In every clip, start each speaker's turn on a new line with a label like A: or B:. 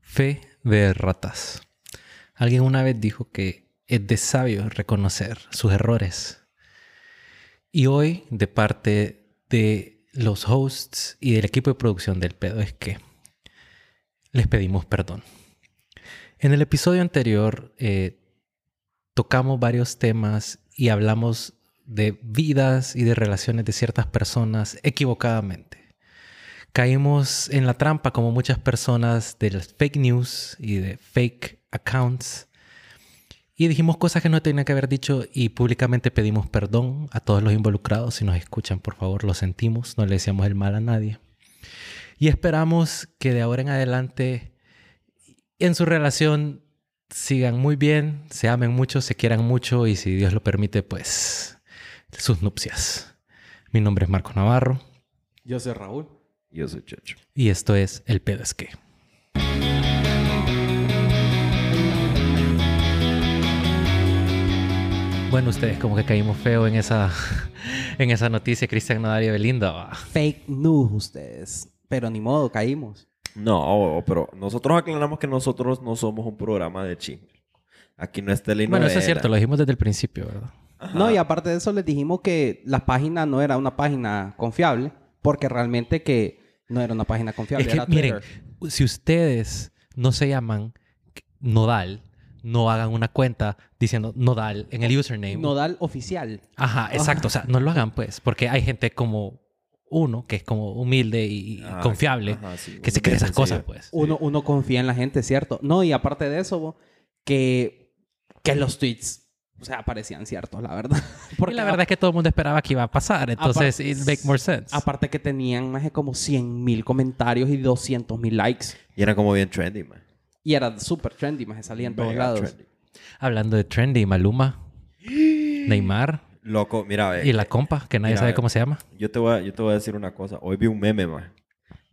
A: Fe de ratas. Alguien una vez dijo que es de sabio reconocer sus errores. Y hoy, de parte de los hosts y del equipo de producción del pedo, es que les pedimos perdón. En el episodio anterior eh, tocamos varios temas y hablamos de vidas y de relaciones de ciertas personas equivocadamente. Caímos en la trampa como muchas personas de las fake news y de fake accounts y dijimos cosas que no tenían que haber dicho y públicamente pedimos perdón a todos los involucrados. Si nos escuchan, por favor, lo sentimos, no le deseamos el mal a nadie. Y esperamos que de ahora en adelante en su relación sigan muy bien, se amen mucho, se quieran mucho y si Dios lo permite, pues sus nupcias. Mi nombre es Marco Navarro
B: Yo soy Raúl. Yo soy Checho.
A: y esto es El Pedo es que. Bueno, ustedes como que caímos feo en esa, en esa noticia, Cristian Nodal y Belinda. va.
C: fake news ustedes. Pero ni modo, caímos.
B: No, oh, pero nosotros aclaramos que nosotros no somos un programa de chisme. Aquí no es telenovela.
A: Bueno, eso es cierto, lo dijimos desde el principio, ¿verdad?
B: Ajá.
C: No, y aparte de eso les dijimos que la página no era una página confiable, porque realmente que no era una página confiable.
A: Es que,
C: era
A: miren,
C: Twitter.
A: si ustedes no se llaman Nodal, no hagan una cuenta diciendo Nodal en el username.
C: Nodal oficial.
A: Ajá, exacto. O sea, no lo hagan, pues, porque hay gente como uno, que es como humilde y y
B: Ajá,
A: confiable,
B: ajá, sí,
A: que se cree esas cosas,
B: sencillo.
A: pues.
C: Uno, uno confía en la gente, ¿cierto? No, y aparte de eso, bo, que, que los tweets, o sea, parecían ciertos, la verdad.
A: Porque la verdad es que todo el mundo esperaba que iba a pasar, entonces it make more sense.
C: Aparte que tenían más de como 100 mil comentarios y 200 mil likes.
B: Y era como bien trendy, man.
C: Y era súper trendy, más salía en todos
B: Mega
C: lados.
B: trendy.
A: Hablando de Trendy, Maluma, Neymar
B: Loco, mira, ve.
A: y la compa, que nadie
B: mira,
A: sabe
B: eh,
A: cómo se llama.
B: Yo te, voy a, yo te voy a decir una cosa. Hoy vi un meme, man.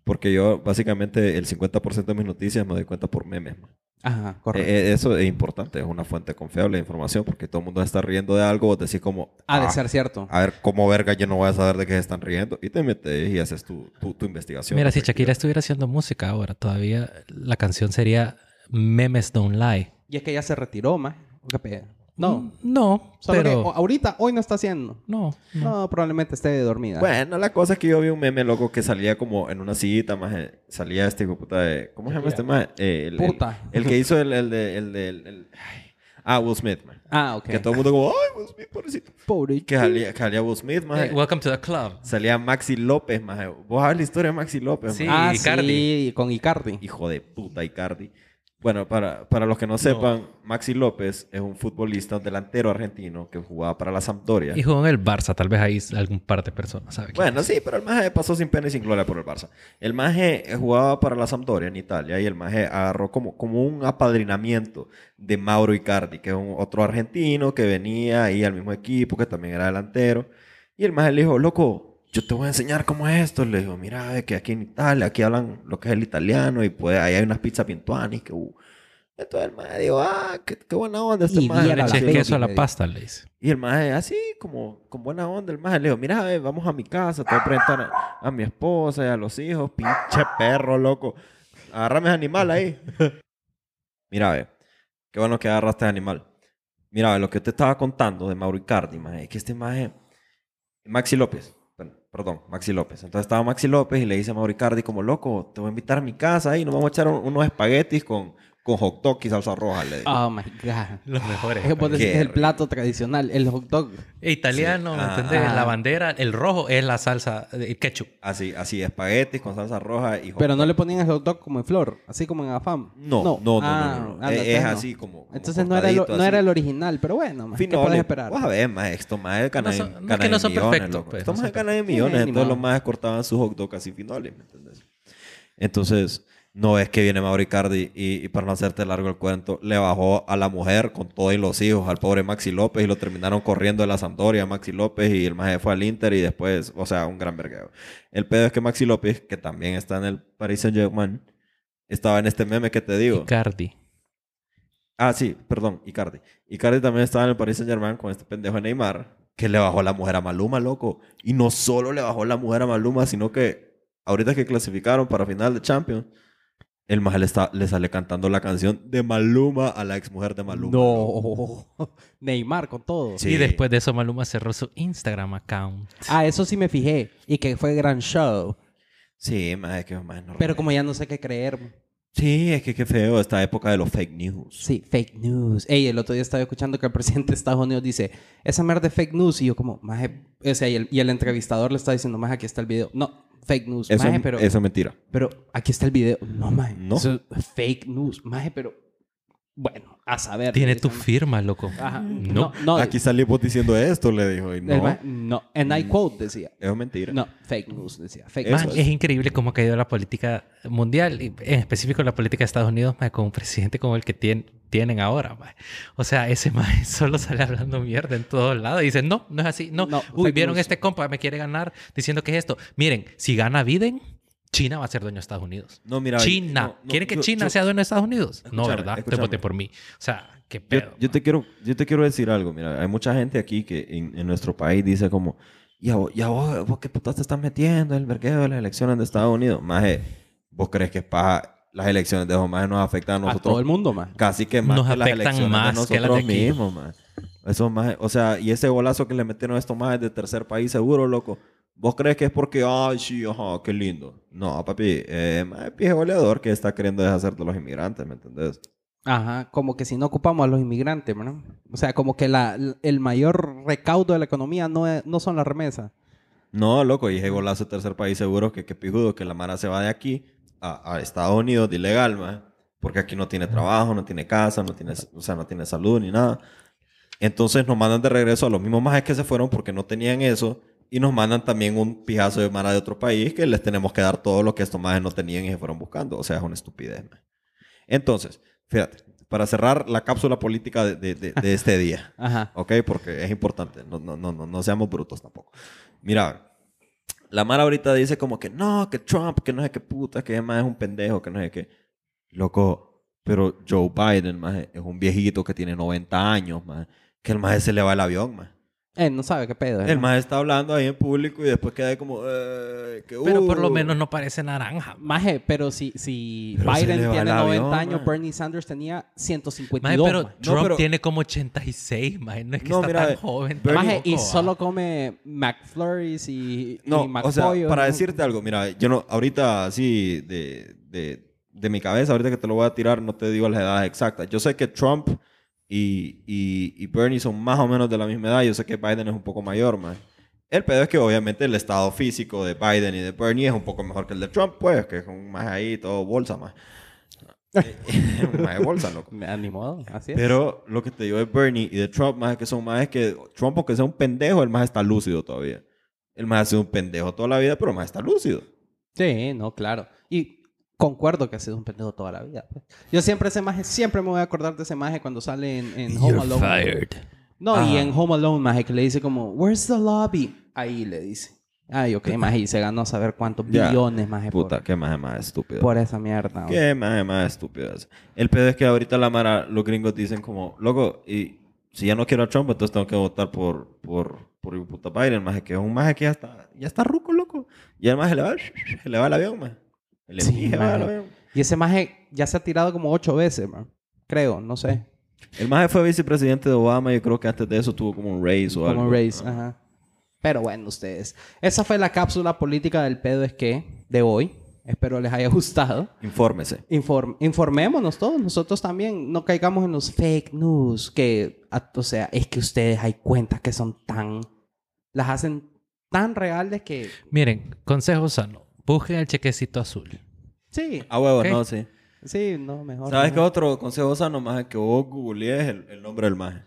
B: Porque yo, básicamente, el 50% de mis noticias me doy cuenta por memes, man.
C: Ajá, correcto.
B: Eh, eh, eso es importante. Es una fuente confiable de información porque todo el mundo está riendo de algo. Vos decís como...
C: ha de
B: "Ah,
C: ser cierto.
B: A ver, ¿cómo verga yo no voy a saber de qué se están riendo? Y te metes y haces tu, tu, tu investigación.
A: Mira, si
B: respectiva.
A: Shakira estuviera haciendo música ahora, todavía la canción sería Memes Don't Lie.
C: Y es que ya se retiró, más. ¿Qué pedo? No.
A: Mm, No,
C: Solo que o-
A: pero...
C: ahorita, hoy no está haciendo.
A: No, no.
C: No, probablemente esté dormida.
B: Bueno, la cosa es que yo vi un meme loco que salía como en una sillita, más salía este hijo puta de. ¿Cómo se llama este más? el, el-
C: Puta.
B: El, que hizo el, el de. El, de- el- el- ay, ah, Will Smith, man.
C: Ah, ok.
B: Que todo el mundo como, ay, Will Smith, pobrecito.
C: Pobre
B: Que salía, que salía Will Smith, más
A: Hey, Eh, welcome to the club.
B: Salía Maxi López, más Vos sabés la historia de Maxi López,
A: Sí.
B: maje?
C: Ah,
A: Icardi.
C: sí, con Icardi.
B: Hijo de puta, Icardi. Bueno, para, para los que no sepan, Maxi López es un futbolista, un delantero argentino que jugaba para la Sampdoria.
A: Y jugó en el Barça, tal vez ahí algún par de personas, ¿sabes?
B: Bueno, sí, pero el Maje pasó sin pena y sin gloria por el Barça. El Maje eh, jugaba para la Sampdoria en Italia y el Maje agarró como, como un apadrinamiento de Mauro Icardi, que es un, otro argentino que venía ahí al mismo equipo, que también era delantero. Y el Maje le dijo, loco, yo te voy a enseñar cómo es esto. Le dijo, mira, ve que aquí en Italia, aquí hablan lo que es el italiano y pues ahí hay unas pizzas pintuanis que... uh". Entonces el Maje dijo, ah, qué, qué buena onda este
C: Y
B: Maje.
C: viera
A: Le
C: la
A: eché
C: baby,
A: queso a la
C: baby.
A: pasta, le dice.
B: Y el maje, así, como con buena onda, el maje le dijo, mira, a ver, vamos a mi casa, te voy a presentar a, a mi esposa y a los hijos, pinche perro, loco. Agárrame ese animal ahí. mira, ve, qué bueno que agarraste ese animal. Mira, ve, lo que te estaba contando de Mauro Icardi, maje, es que este maje, Maxi López, bueno, perdón, Maxi López. Entonces estaba Maxi López y le dice a Mauro Icardi como, loco, te voy a invitar a mi casa ahí, nos vamos a echar un- unos espaguetis con, con hot dog y salsa roja, le dijo.
C: Oh, my God.
A: Los mejores.
C: Es que vos decís
B: Qué
C: que es el
B: rico.
C: plato tradicional, el hot dog.
A: Italiano,
B: Sí.
A: ¿me
B: Ah.
A: entendés? La bandera, el rojo es la salsa, el ketchup.
B: Así, así, espaguetis con salsa roja y hot
C: Pero no le ponían el hot dog como en flor, así como en Afam.
B: No, no, no,
C: Ah,
B: no, no, no.
C: ah,
B: Eh, Es,
C: entonces no.
B: así como. como
C: Entonces no era, el,
B: cortadito,
C: no era
B: así.
C: el original, pero bueno, más, ¿qué
B: Finole.
C: puedes esperar?
B: Vos a ver, más esto más de
A: No
B: cana,
A: son- no es
B: cana
A: que no
B: de
A: son
B: millones,
A: perfectos,
B: loco.
A: pues,
B: Estos
A: no
B: más
A: son
B: de cana de
C: Sí,
B: millones,
C: ni
B: entonces los
C: modo.
B: más cortaban sus hot dog así finales, ¿me entiendes? Entonces, no es que viene Mauro Icardi y, y para no hacerte largo el cuento, le bajó a la mujer con todo y los hijos, al pobre Maxi López, y lo terminaron corriendo de la Sampdoria, Maxi López, y el maje fue al Inter y después, o sea, un gran vergueo. El pedo es que Maxi López, que también está en el Paris Saint-Germain, estaba en este meme que te digo.
A: Icardi.
B: Ah, sí, perdón, Icardi. Icardi también estaba en el Paris Saint-Germain con este pendejo de Neymar, que le bajó la mujer a Maluma, loco. Y no solo le bajó la mujer a Maluma, sino que ahorita que clasificaron para final de Champions, el maje le, está- le sale cantando la canción de Maluma a la exmujer de Maluma.
C: No. Neymar con todo.
B: Sí.
A: Y después de eso Maluma cerró su Instagram account.
C: Ah, eso sí me fijé. Y que fue gran show.
B: Sí, maje, que maje, no
C: Pero
B: recuerdo.
C: como ya no sé qué creer.
B: Sí, es que qué feo esta época de los fake news.
C: Sí, fake news. Ey, el otro día estaba escuchando que el presidente de Estados Unidos dice, esa mierda de fake news. Y yo como, maje, o sea, y el, y el entrevistador le está diciendo, maje, aquí está el video. No, fake news.
B: Eso,
C: maje,
B: es-
C: pero,
B: eso es mentira.
C: pero aquí está el video. No, maje.
B: No.
C: Eso es fake news. Maje, pero, bueno, a saber.
A: Tiene
C: Dice,
A: tu
C: maje.
A: firma, loco.
C: Ajá. No,
A: No.
C: no.
B: Aquí salimos diciendo esto, le dijo. Y
C: el
B: no,
C: maje- no. And I quote decía.
B: eso es mentira.
C: No, fake news decía. Fake
B: Eso
A: Man,
C: news.
A: es increíble cómo ha caído la política mundial, y en específico la política de Estados Unidos, mae, con un presidente como el que tien- tienen ahora. mae. O sea, ese mae solo sale hablando mierda en todos lados y dice, no, no es así, no.
C: No,
A: Uy,
C: fake
A: vieron
C: news.
A: este compa, me quiere ganar diciendo que es esto. Miren, si gana Biden, China va a ser dueño de Estados Unidos.
B: No, mira.
A: China.
B: no, no,
A: ¿Quieren que
B: yo-
A: China
B: yo-
A: sea dueño de Estados Unidos? no,
B: Escúchame,
A: ¿verdad? Te
B: escúchame.
A: voté por mí. O sea, qué
B: Yo,
A: pedo.
B: yo te quiero, yo te quiero decir algo, mira, hay mucha gente aquí que en, en nuestro país dice como, ¿y a vos, y a vos, vos qué putas te estás metiendo en el vergueo de las elecciones de Estados Unidos? Maje, ¿vos crees que paja las elecciones de esos majes nos afectan a
C: a todo
B: nosotros?
C: el mundo, maje.
B: Casi que más
A: Nos
B: que las
A: afectan
B: elecciones de
A: más
B: nosotros
A: que las de aquí.
B: mismos, maje. Esos majes- o sea, y ese golazo que le metieron a estos majes de tercer país seguro, loco. ¿Vos crees que es porque, ay, sí, ajá, qué lindo? No, papi, eh, maje, pije goleador que está queriendo deshacer de los inmigrantes, ¿me entendés?
C: Ajá, como que si no ocupamos a los inmigrantes, ¿no? O sea, como que la, el mayor recaudo de la economía no, es- no son las remesas.
B: No, loco, y ese golazo de tercer país seguro que qué pijudo, que la mara se va de aquí a, a Estados Unidos de ilegal, ma, porque aquí no tiene trabajo, no tiene casa, no tiene, o sea, no tiene salud ni nada. Entonces nos mandan de regreso a los mismos majes que se fueron porque no tenían eso y nos mandan también un pijazo de mara de otro país que les tenemos que dar todo lo que estos majes no tenían y se fueron buscando. O sea, es una estupidez, ma. Entonces, fíjate, para cerrar la cápsula política de- de- de- de este día.
C: Ajá.
B: ¿ok? Porque es importante, no, no, no, no, no seamos brutos tampoco. Mira, la Mara ahorita dice como que no, que Trump, que no sé qué puta, que además es un pendejo, que no sé qué. Loco, pero Joe Biden, maje, es un viejito que tiene 90 años, maje, que el maje se le va el avión, maje.
C: Él no sabe qué pedo. ¿eh?
B: El maje está hablando ahí en público y después queda ahí como, eh, que,
A: Pero por lo
B: uh.
A: menos no parece naranja.
C: Maje, pero si, si
B: Pero se
C: Biden
B: le va
C: tiene
B: el
C: 90
B: avión,
C: años,
B: maje.
C: Bernie Sanders tenía 152.
A: Mae, pero
C: maje.
A: Trump
B: pero-
A: tiene como 86, mae. No es que
B: No,
A: está
B: mira,
A: tan joven.
B: Bernie-
C: Maje, y
A: tampoco, ah. va.
C: solo come McFlurries y, y
B: No, o sea,
C: McPollos,
B: para
C: ¿no?
B: decirte algo, mira, yo no, ahorita así de, de, de mi cabeza, ahorita que te lo voy a tirar, no te digo las edades exactas. Yo sé que Trump y, y, y Bernie son más o menos de la misma edad, yo sé que Biden es un poco mayor, más. El pedo es que obviamente el estado físico de Biden y de Bernie es un poco mejor que el de Trump, pues, que es un más ahí, todo bolsa más. más de bolsa, loco.
C: Ah, Ni modo, así es.
B: Pero lo que te digo de Bernie y de Trump, más que son más que Trump, aunque sea un pendejo, el más está lúcido todavía. El más ha sido un pendejo toda la vida, pero el más está lúcido.
C: Sí, no, claro. Y concuerdo que ha sido un pendejo toda la vida. pues. Yo siempre ese maje, siempre me voy a acordar de ese maje cuando sale en, en Home Alone. No, y
B: Ajá.
C: en Home Alone, maje, que le dice como, Where's the lobby? Ahí le dice. Ay, ok, maje, y se ganó a saber cuántos
B: Ya.
C: billones, maje, Eh, por-
B: Puta, qué más más estúpido.
C: por, esa mierda.
B: Qué más más estúpido. es. El pedo es que ahorita la mara, los gringos dicen como, loco, y si ya no quiero a Trump, entonces tengo que votar por, por, por el puta Biden, más que es un más que ya está, ya está ruco, loco. Y el más se le va, se le va el avión, más. Le
C: Sí,
B: pije, va el
C: maje.
B: avión.
C: Y ese maje ya se ha tirado como ocho veces, man. Creo, no sé.
B: El maje fue vicepresidente de Obama y yo creo que antes de eso tuvo como un raise o algo.
C: Como Race, ajá. Pero bueno, ustedes. Esa fue la cápsula política del pedo es que de hoy. Espero les haya gustado.
B: Infórmese.
C: Inform- informémonos todos, nosotros también, no caigamos en los fake news, que, a- o sea, es que ustedes hay cuentas que son tan, las hacen tan reales que,
A: Miren, consejo sano. Busquen el chequecito azul.
C: sí,
B: Ah, huevo,
A: Ok.
B: no, sí.
C: sí, no, mejor.
B: ¿Sabes qué
C: mejor.
B: otro consejo sano, maje? Que vos googlees el, el nombre del maje.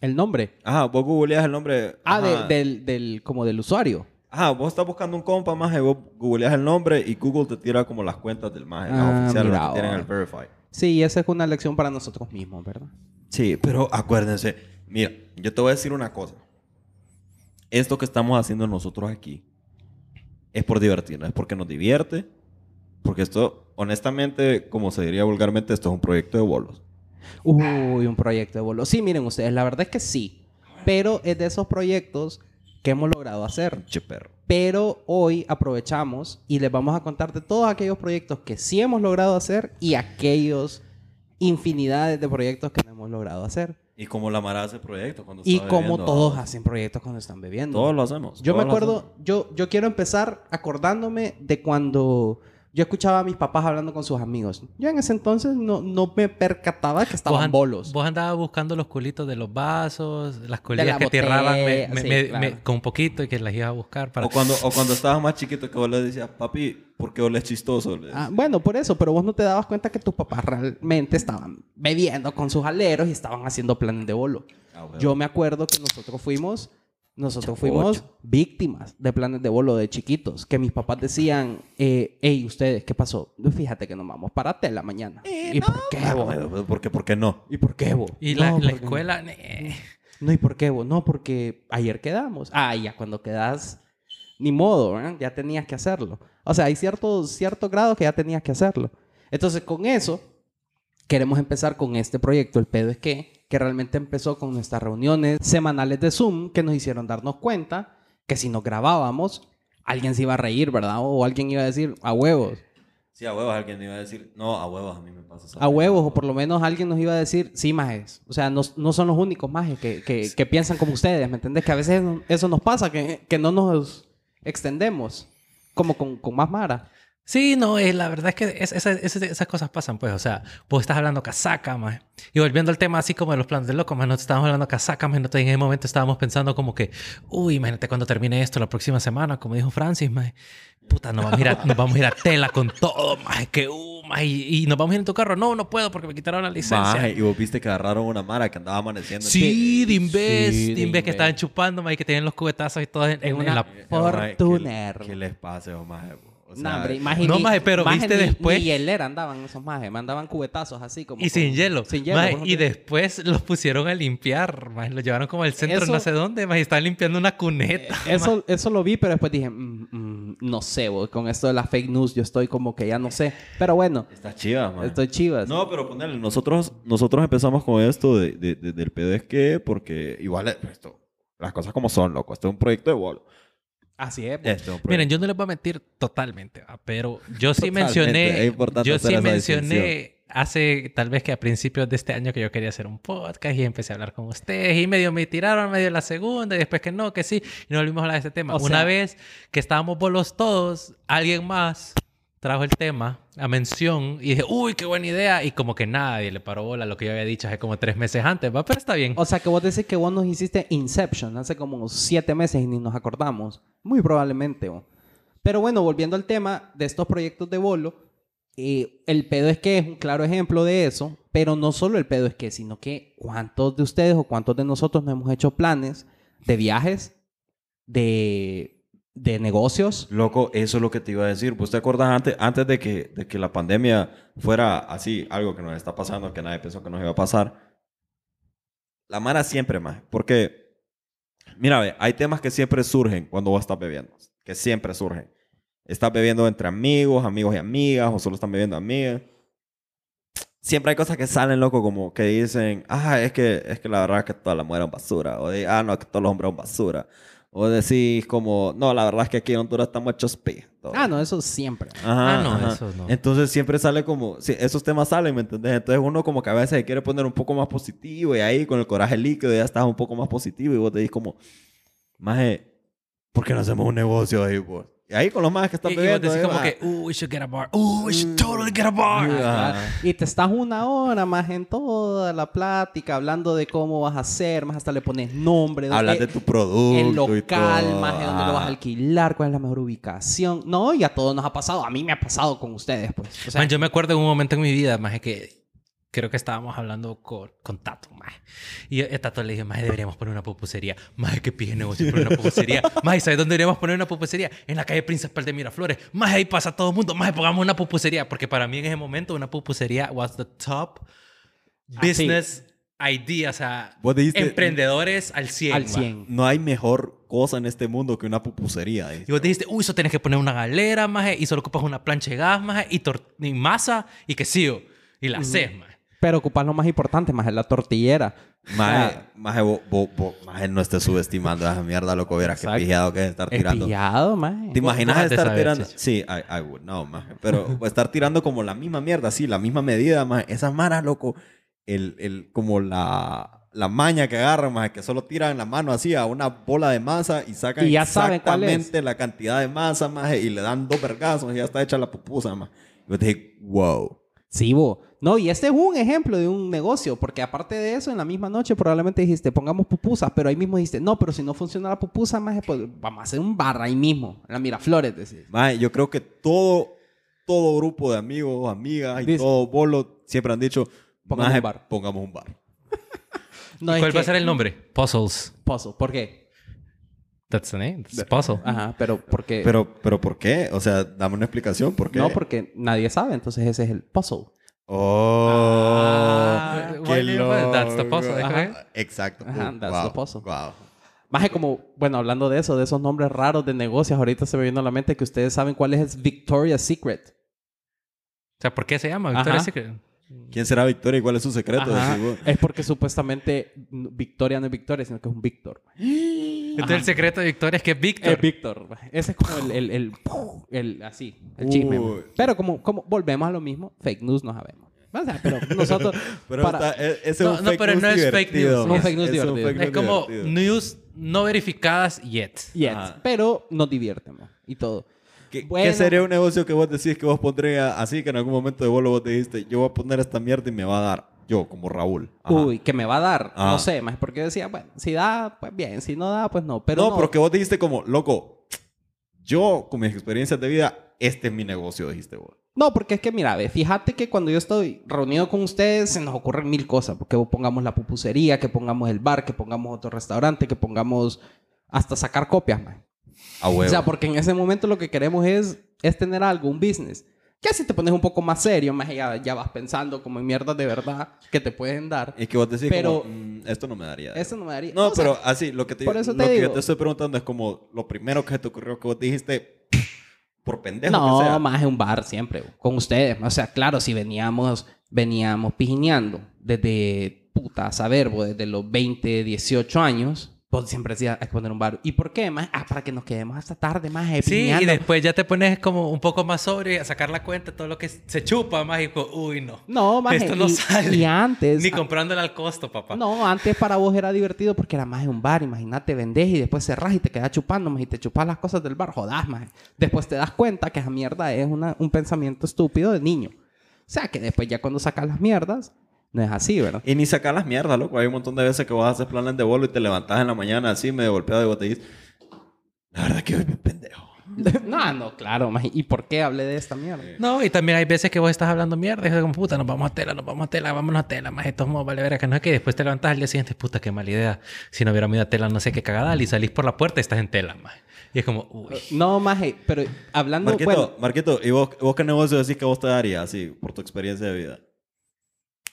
C: El nombre.
B: Ajá, vos googlees el nombre.
C: Ah, de-
B: ajá.
C: del, del, como del usuario.
B: Ajá, vos estás buscando un compa, maje, vos googleas el nombre y Google te tira como las cuentas del maje,
C: Ah,
B: las oficiales, las
C: mira,
B: que tienen el
C: ahora.
B: Verify.
C: Sí, esa es una lección para nosotros mismos, ¿verdad?
B: Sí, pero acuérdense. Mira, yo te voy a decir una cosa. Esto que estamos haciendo nosotros aquí es por divertirnos, es porque nos divierte. Porque esto, honestamente, como se diría vulgarmente, esto es un proyecto de bolos.
C: Uy, un proyecto de bolos. Sí, miren ustedes, la verdad es que sí. Pero es de esos proyectos que hemos logrado hacer.
B: Pinche perro.
C: Pero hoy aprovechamos y les vamos a contar de todos aquellos proyectos que sí hemos logrado hacer y aquellos infinidades de proyectos que no hemos logrado hacer.
B: Y como la Mara hace proyectos cuando
C: Y
B: está
C: como
B: bebiendo,
C: todos
B: ¿no?
C: hacen proyectos cuando están bebiendo.
B: Todos lo hacemos.
C: Yo
B: todos
C: me
B: lo
C: acuerdo,
B: hacemos.
C: yo, yo quiero empezar acordándome de cuando yo escuchaba a mis papás hablando con sus amigos. Yo en ese entonces no, no me percataba que
A: Vos
C: estaban
A: an-
C: bolos.
A: Vos andabas buscando los culitos de los vasos, las colillas
C: la
A: que te erraban me-
C: botella,
A: me-
C: sí,
A: me-
C: claro.
A: me- con poquito y que las ibas a buscar para...
B: O cuando, o cuando estabas más chiquito que vos le decías, papi, ¿por qué oles chistoso? Le
C: Ah,
B: decías.
C: bueno, por eso, pero vos no te dabas cuenta que tus papás realmente estaban bebiendo con sus aleros y estaban haciendo planes de bolo.
B: Ah, huevo.
C: Yo me acuerdo que nosotros fuimos, nosotros fuimos víctimas de planes de bolo de chiquitos, que mis papás decían, eh, hey, ustedes, ¿qué pasó? Fíjate que nos vamos para tela mañana. ¿Y por qué,
B: Ah,
C: vos?
B: huevo, ¿Por qué, por qué no?
C: ¿Y por qué, vos?
A: Y
C: No,
A: la, la
C: porque-
A: escuela... ne.
C: No, ¿y por qué vos? No, porque ayer quedamos. Ah, ya cuando quedas, ni modo, ¿verdad? Ya tenías que hacerlo. O sea, hay cierto, cierto grado que ya tenías que hacerlo. Entonces, con eso, queremos empezar con este proyecto, el pedo es que, que realmente empezó con nuestras reuniones semanales de Zoom que nos hicieron darnos cuenta que si nos grabábamos, alguien se iba a reír, ¿verdad? O alguien iba a decir, a huevos.
B: Sí, a huevos alguien me iba a decir, no, a huevos a mí me pasa. esa
C: A
B: mierda".
C: huevos, o por lo menos alguien nos iba a decir, sí, majes. O sea, no, no son los únicos majes que, que, que piensan como ustedes, ¿me entendés? Que a veces no- eso nos pasa, que, que no nos extendemos, como con, con más Mara.
A: Sí, no, eh, la verdad es que es- esa- esa- esas cosas pasan, pues. O sea, vos estás hablando casaca, más. Y volviendo al tema así como de los planes de loco, más no estábamos hablando casaca, más. En ese momento estábamos pensando como que, uy, imagínate cuando termine esto la próxima semana, como dijo Francis, más. Puta, nos vamos, a ir a, nos vamos a ir a tela con todo, más. Que, uh, maje, Y, y nos vamos a ir en tu carro. No, no puedo porque me quitaron la licencia.
B: Maje, y vos viste que agarraron una mara que andaba amaneciendo.
A: Sí, de
C: Sí, de
A: imbécil, de imbécil,
C: imbécil.
A: que estaban chupando, más, y que tenían los cubetazos y todo en, en-
C: Una-
A: en la...
B: Eh, maje, ¿qué-
C: Fortuner.
B: ¿Qué les pase, oh, maje? po? O sea,
C: no, hombre, maje,
A: no,
C: ni-
A: maje, pero
C: maje,
A: viste
C: ni-
A: después-
C: Ni hielera andaban esos majes, mandaban cubetazos así como.
A: Y sin
C: con-
A: hielo.
C: Sin hielo.
A: Maje,
C: por
A: y
C: ejemplo.
A: después los pusieron a limpiar. Maje, los llevaron como al centro,
C: Eso-
A: no sé dónde. Maje, estaban limpiando una cuneta. maje.
C: Eso, eso lo vi, pero después dije, "Mm, mm, no sé, vos, con esto de las fake news yo estoy como que ya no sé. Pero bueno,
B: Está chiva, maje.
C: estoy chivas.
B: No, pero ponerle, nosotros, nosotros empezamos con esto de- de- de- del pedo es que, porque igual eh, esto, las cosas como son, loco. Esto es un proyecto de bolo.
C: Así es. pues.
B: Este es un
A: Miren,
B: proyecto.
A: yo no les voy a mentir totalmente, va, pero yo sí
B: Totalmente, es
A: mencioné.
B: importante
A: Yo
B: hacer
A: sí
B: esa
A: mencioné hace tal vez que a principios de este año que yo quería hacer un podcast y empecé a hablar con ustedes y medio me tiraron, medio la segunda y después que no, que sí. Y no volvimos a hablar de este tema.
C: O
A: Una
C: sea-
A: vez que estábamos bolos todos, alguien más trajo el tema a mención y dije, uy, qué buena idea. Y como que nadie le paró bola a lo que yo había dicho hace como tres meses antes, va, pero está bien.
C: O sea, que vos decís que vos nos hiciste Inception hace como siete meses y ni nos acordamos. Muy probablemente. bo. Pero bueno, volviendo al tema de estos proyectos de bolo, eh, el pedo es que es un claro ejemplo de eso, pero no solo el pedo es que, sino que cuántos de ustedes o cuántos de nosotros no hemos hecho planes de viajes, de, de negocios.
B: Loco, eso es lo que te iba a decir. ¿Vos te acordás antes, antes de, que, de que la pandemia fuera así, algo que nos está pasando, que nadie pensó que nos iba a pasar? La mara siempre, más. Porque, mira, ve, hay temas que siempre surgen cuando vos estás bebiendo. Que siempre surgen. Estás bebiendo entre amigos, amigos y amigas, o solo están bebiendo amigas. Siempre hay cosas que salen, loco, como que dicen, ah, es que, es que la verdad es que toda la mujer es basura. O de, ah, no, que todos los hombres son basura. O decís como, no, la verdad es que aquí en Honduras estamos hechos pi.
C: Ah, no, eso siempre.
B: Ajá,
A: Ah, no,
B: ajá.
A: eso no.
B: Entonces siempre sale como, sí, esos temas salen, ¿me entendés? Entonces uno como que a veces se quiere poner un poco más positivo y ahí con el coraje líquido ya estás un poco más positivo y vos te dices como, maje, ¿por qué no hacemos un negocio ahí, vos? Y ahí con los más que están
A: Y, y vos
B: bebiendo.
A: decís
B: ahí,
A: como
B: va.
A: que, ooh, we should get a bar. Ooh, we
C: Mm.
A: should totally get a bar.
B: Ah.
C: Y te estás una hora más en toda la plática hablando de cómo vas a hacer, más hasta le pones nombre. dónde-
B: Hablas de tu producto
C: el
B: y
C: local,
B: todo. Ah.
C: más de dónde lo vas a
B: Ajá.
C: alquilar, cuál es la mejor ubicación. No, y a todos nos ha pasado. A mí me ha pasado con ustedes, pues. O sea,
A: Man, yo me acuerdo en un momento en mi vida, más que creo que estábamos hablando con, con Tato, más. Y yo- a Tato le dije, más deberíamos poner una pupusería. Más que pije negocio poner una pupusería. Más, ¿sabes dónde deberíamos poner una pupusería? En la calle Principal de Miraflores. Más ahí pasa todo el mundo. Más pongamos una pupusería. Porque para mí en ese momento una pupusería was the top
C: Así.
A: business idea. O sea,
B: Vos dijiste,
A: emprendedores al 100.
C: al
A: ma.
C: 100.
B: No hay mejor cosa en este mundo que una pupusería.
A: Y vos dijiste, uy, eso tenés que poner una galera, maje, y solo ocupas una plancha de gas, maje, y, tor- y masa, y quesillo, y la haces, maje.
C: Pero ocupas lo más importante, más la tortillera.
B: Maje, maje, vos- vos- vos- maje, no estés subestimando esa mierda, loco. Vieras que
C: Exacto.
B: pijado que es estar tirando.
C: Espillado, maje.
B: ¿Te imaginas
A: has de
B: estar
A: saber,
B: tirando?
A: Chicho.
B: Sí, I, I would, no, maje. Pero estar tirando como la misma mierda, sí, la misma medida, maje. Esas maras, loco, el, el, como la, la maña que agarran, maje, que solo tiran la mano así a una bola de masa y sacan
C: Y ya saben cuál es.
B: exactamente la cantidad de masa, maje, y le dan dos vergazos y ya está hecha la pupusa, maje. Yo te dije, wow.
C: Sí, bo. No, y este es un ejemplo de un negocio, porque aparte de eso, en la misma noche probablemente dijiste, pongamos pupusas, pero ahí mismo dijiste, no, pero si no funciona la pupusa, más pues vamos a hacer un barra ahí mismo, en la Miraflores, decís.
B: Mae, yo creo que todo, todo grupo de amigos, amigas y
C: Dice-
B: todo bolo siempre han dicho,
C: Pongamos
B: "Mae,
C: un bar".
B: Pongamos un bar.
C: No, es
A: ¿Cuál va a
C: que-
A: ser el nombre? Puzzles.
C: Puzzle, ¿por qué?
A: That's the name. It's puzzle.
C: Ajá, pero porque...
B: Mm. Pero, pero ¿por qué? O sea, dame una explicación. ¿Por qué?
C: No, porque nadie sabe, entonces ese es el puzzle.
B: Oh,
C: Ah,
B: qué
A: well, that's the
B: loco.
A: puzzle, ¿eh?
B: Ajá, Exacto.
C: Ajá,
B: Uh,
C: that's
B: wow,
C: the puzzle.
B: wow.
C: Más que como, bueno, hablando de eso, de esos nombres raros de negocios, ahorita se me vino a la mente que ustedes saben cuál es el Victoria's Secret.
A: O sea, ¿por qué se llama Victoria's
C: Ajá.
A: Secret?
B: ¿Quién será Victoria y cuál es su secreto?
C: Ajá.
B: Decís vos.
C: Es porque supuestamente n- Victoria no es Victoria, sino que es un Víctor.
A: Entonces el secreto de Victoria es que es Víctor.
C: Es Víctor. Ese es como el, el, el- el- así, el chisme.
B: Uy.
C: Pero como, como volvemos a lo mismo, fake news no sabemos. O sea, pero nosotros...
B: Pero
C: para-
B: está- e- ese
A: No,
B: es un
A: no,
B: fake
A: pero
B: news
A: no es fake
B: divertido,
A: news,
B: mae.
C: es un fake news
B: Ese un
C: divertido.
A: es como
B: divertido.
A: news no verificadas yet.
C: Yes,
B: Ajá.
C: Pero nos divertimos y todo.
B: ¿Qué, qué
C: Bueno.
B: sería un negocio que vos decís que vos pondrías así que en algún momento de vuelo vos te dijiste, yo voy a poner esta mierda y me va a dar? Yo, como Raúl. Ajá.
C: Uy, que me va a dar.
B: Ajá.
C: No sé, más porque yo decía, bueno, si da, pues bien. Si no da, pues no. Pero
B: no,
C: no,
B: pero que vos dijiste como, loco, yo con mis experiencias de vida, este es mi negocio, dijiste vos.
C: No, porque es que mira, ve, fíjate que cuando yo estoy reunido con ustedes se nos ocurren mil cosas, porque pongamos la pupusería, que pongamos el bar, que pongamos otro restaurante, que pongamos hasta sacar copias, man.
B: A huevo.
C: O sea, porque en ese momento lo que queremos es, es tener algo, un business. Ya si te pones un poco más serio, más ya, ya vas pensando como en mierdas de verdad que te pueden dar.
B: es que vos decís
C: pero-
B: como, "Mm, esto no me daría.
C: Eso no me daría.
B: Eh, No,
C: o sea,
B: pero así, lo, que te,
C: por eso
B: lo
C: te
B: que yo
C: digo.
B: te estoy preguntando es como lo primero que te ocurrió que vos dijiste por pendejo que sea.
C: No, más en un bar siempre, con ustedes. O sea, claro, si veníamos, veníamos pijineando desde puta a saber, bo, desde los 20, 18 años, pues siempre decía, hay que poner un bar. ¿Y por qué, más? Ah, para que nos quedemos hasta tarde, más
A: Sí, y
C: eh, pijineando.
A: después ya te pones como un poco más sobre a sacar la cuenta, todo lo que se chupa más y pues, uy, no.
C: No, más
A: Esto
C: eh,
A: no
C: y,
A: sale.
C: y antes.
A: Ni comprándole al costo, papá.
C: No, antes para vos era divertido porque era más en un bar. Imagínate, vendés y después cerrás y te quedás chupando más y te chupas las cosas del bar. Jodás más. Después te das cuenta que esa mierda es una- un pensamiento estúpido de niño. O sea, que después ya cuando sacas las mierdas, no es así, ¿verdad?
B: Y ni sacar las mierdas, loco. Hay un montón de veces que vos haces planes de bolo y te levantás en la mañana así, medio golpeado y vos te dices, la verdad que hoy me pendejo.
C: no, no, claro, maje. ¿Y por qué hablé de esta mierda?
A: No, y también hay veces que vos estás hablando mierda y es como, puta, nos vamos a tela, nos vamos a tela, vámonos a tela, más estos modos, vale, verga, que no es que después te levantas al día siguiente, puta, qué mala idea. Si no hubiera ido a tela, no sé qué cagada, y salís por la puerta y estás en tela, más. Y es como, uy.
C: No, maje, pero hablando...
B: Marquito,
C: bueno,
B: Marquito, ¿y vos, vos qué negocio decís que vos te darías así, por tu experiencia de vida?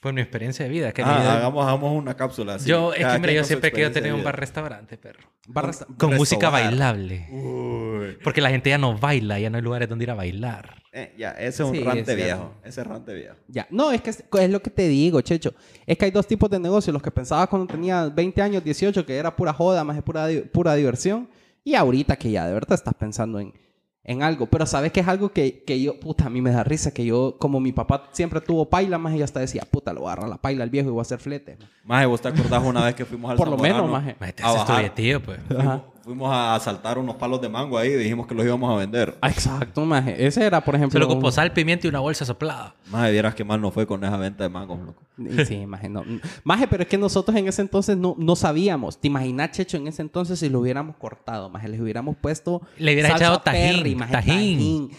A: Por mi experiencia de vida, que he
B: Ah,
A: tenido-
B: hagamos, hagamos una cápsula así.
A: Yo, es
B: Cada
A: que mira,
B: quien
A: yo
B: con su
A: siempre he querido
B: experiencia
A: tener un
B: de
A: bar restaurante, perro.
C: barra-
A: Con
B: Resto
A: música
B: bar.
A: bailable.
B: vida. Uy.
A: Porque la gente ya no baila, ya no hay lugares donde ir a bailar.
B: Eh, ya, ese es un
C: Sí,
B: rante
C: es cierto.
B: viejo. Ese es rante viejo.
C: Ya. No, es que es, es lo que te digo, Checho. Es que hay dos tipos de negocios. Los que pensabas cuando tenía 20 años, 18, que era pura joda, más es pura, di- pura diversión. Y ahorita que ya de verdad estás pensando en, en algo. Pero sabes que es algo que, que yo, puta, a mí me da risa. Que yo, como mi papá siempre tuvo paila, más y hasta decía, puta, lo voy a agarrar la paila al viejo y voy a hacer flete. maje".
B: Maje, vos te acordás una vez que fuimos al
C: Por lo menos, e,
B: Zamorano?
C: maje.
A: Mae, te
B: A
A: haces tu
B: bajar.
A: billetillo, pues.
C: Ajá.
B: Fuimos a saltar unos palos de mango ahí y dijimos que los íbamos a vender.
C: Ah, Exacto, maje. Ese era, por ejemplo.
A: Solo
B: pues,
C: un-
A: ocupo sal, pimienta y una bolsa soplada.
B: Maje, vieras que mal no fue con esa venta de mangos, loco.
C: Y Sí, maje, no. Maje, pero es que nosotros en ese entonces no, no sabíamos. ¿Te imaginas, Checho, en ese entonces si lo hubiéramos cortado, maje? Les hubiéramos puesto...
A: Le hubieras
C: salsa
A: echado tajín,
C: maje,
A: tajín.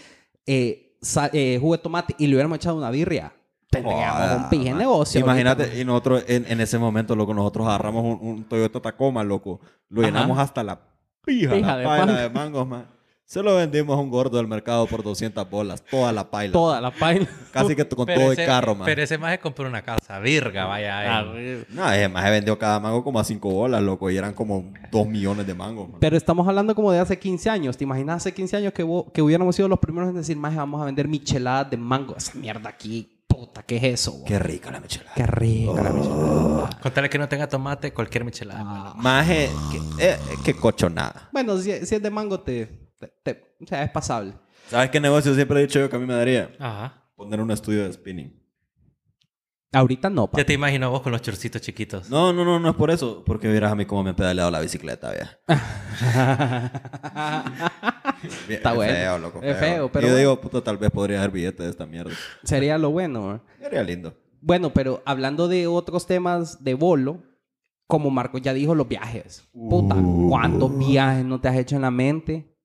C: eh, sa- eh, jugo de tomate y le hubiéramos echado una birria. Tendríamos
B: Joda,
C: un pije
B: maje.
C: negocio. ahorita,
B: Imagínate,
C: maje.
B: y nosotros en, en ese momento, loco, nosotros agarramos un, un Toyota Tacoma, loco. Lo
C: Ajá.
B: llenamos hasta la pija,
C: Pija
B: la
C: de
B: paila
C: mango.
B: de mangos, maje. Se lo vendimos a un gordo del mercado por 200 bolas. Toda la paila.
C: Toda la paila.
B: Casi que con
A: Pero
B: todo
A: ese-
B: el carro, Ah, maje.
A: Pero ese maje compró una casa, virga, vaya. eh.
B: No, ese maje vendió cada mango como a 5 bolas, loco. Y eran como 2 millones de mangos, maje.
C: Pero estamos hablando como de hace 15 años. ¿Te imaginas hace 15 años que, vo- que hubiéramos sido los primeros en decir, maje, vamos a vender micheladas de mango? Esa mierda aquí, puta, puta, ¿qué es eso? vos?
B: Qué rica la michelada.
C: Qué rico la michelada.
A: Contale que no tenga tomate, cualquier michelada.
C: Ah.
B: Maje, que, eh, que cochonada.
C: Bueno, si, si es de mango, te, te- te- o sea, es pasable.
B: ¿Sabes qué negocio siempre he dicho yo que a mí me daría?
A: Ajá.
B: Poner un estudio de spinning.
C: Ahorita no, pa.
A: Ya te imagino vos con los chorcitos chiquitos.
B: No, no, no, no es por eso. Porque verás a mí cómo me han pedaleado la bicicleta, vea. Bien,
C: Está
B: es
C: bueno.
B: Feo, loco,
C: Es feo, pero
B: Yo
C: bueno.
B: digo, puta, tal vez podría dar billete de esta mierda.
C: Sería lo bueno. ¿eh? ¿verdad?
B: Sería lindo.
C: Bueno, pero hablando de otros temas de bolo, como Marco ya dijo, los viajes. Puta,
B: Uh.
C: ¿cuántos viajes no te has hecho en la mente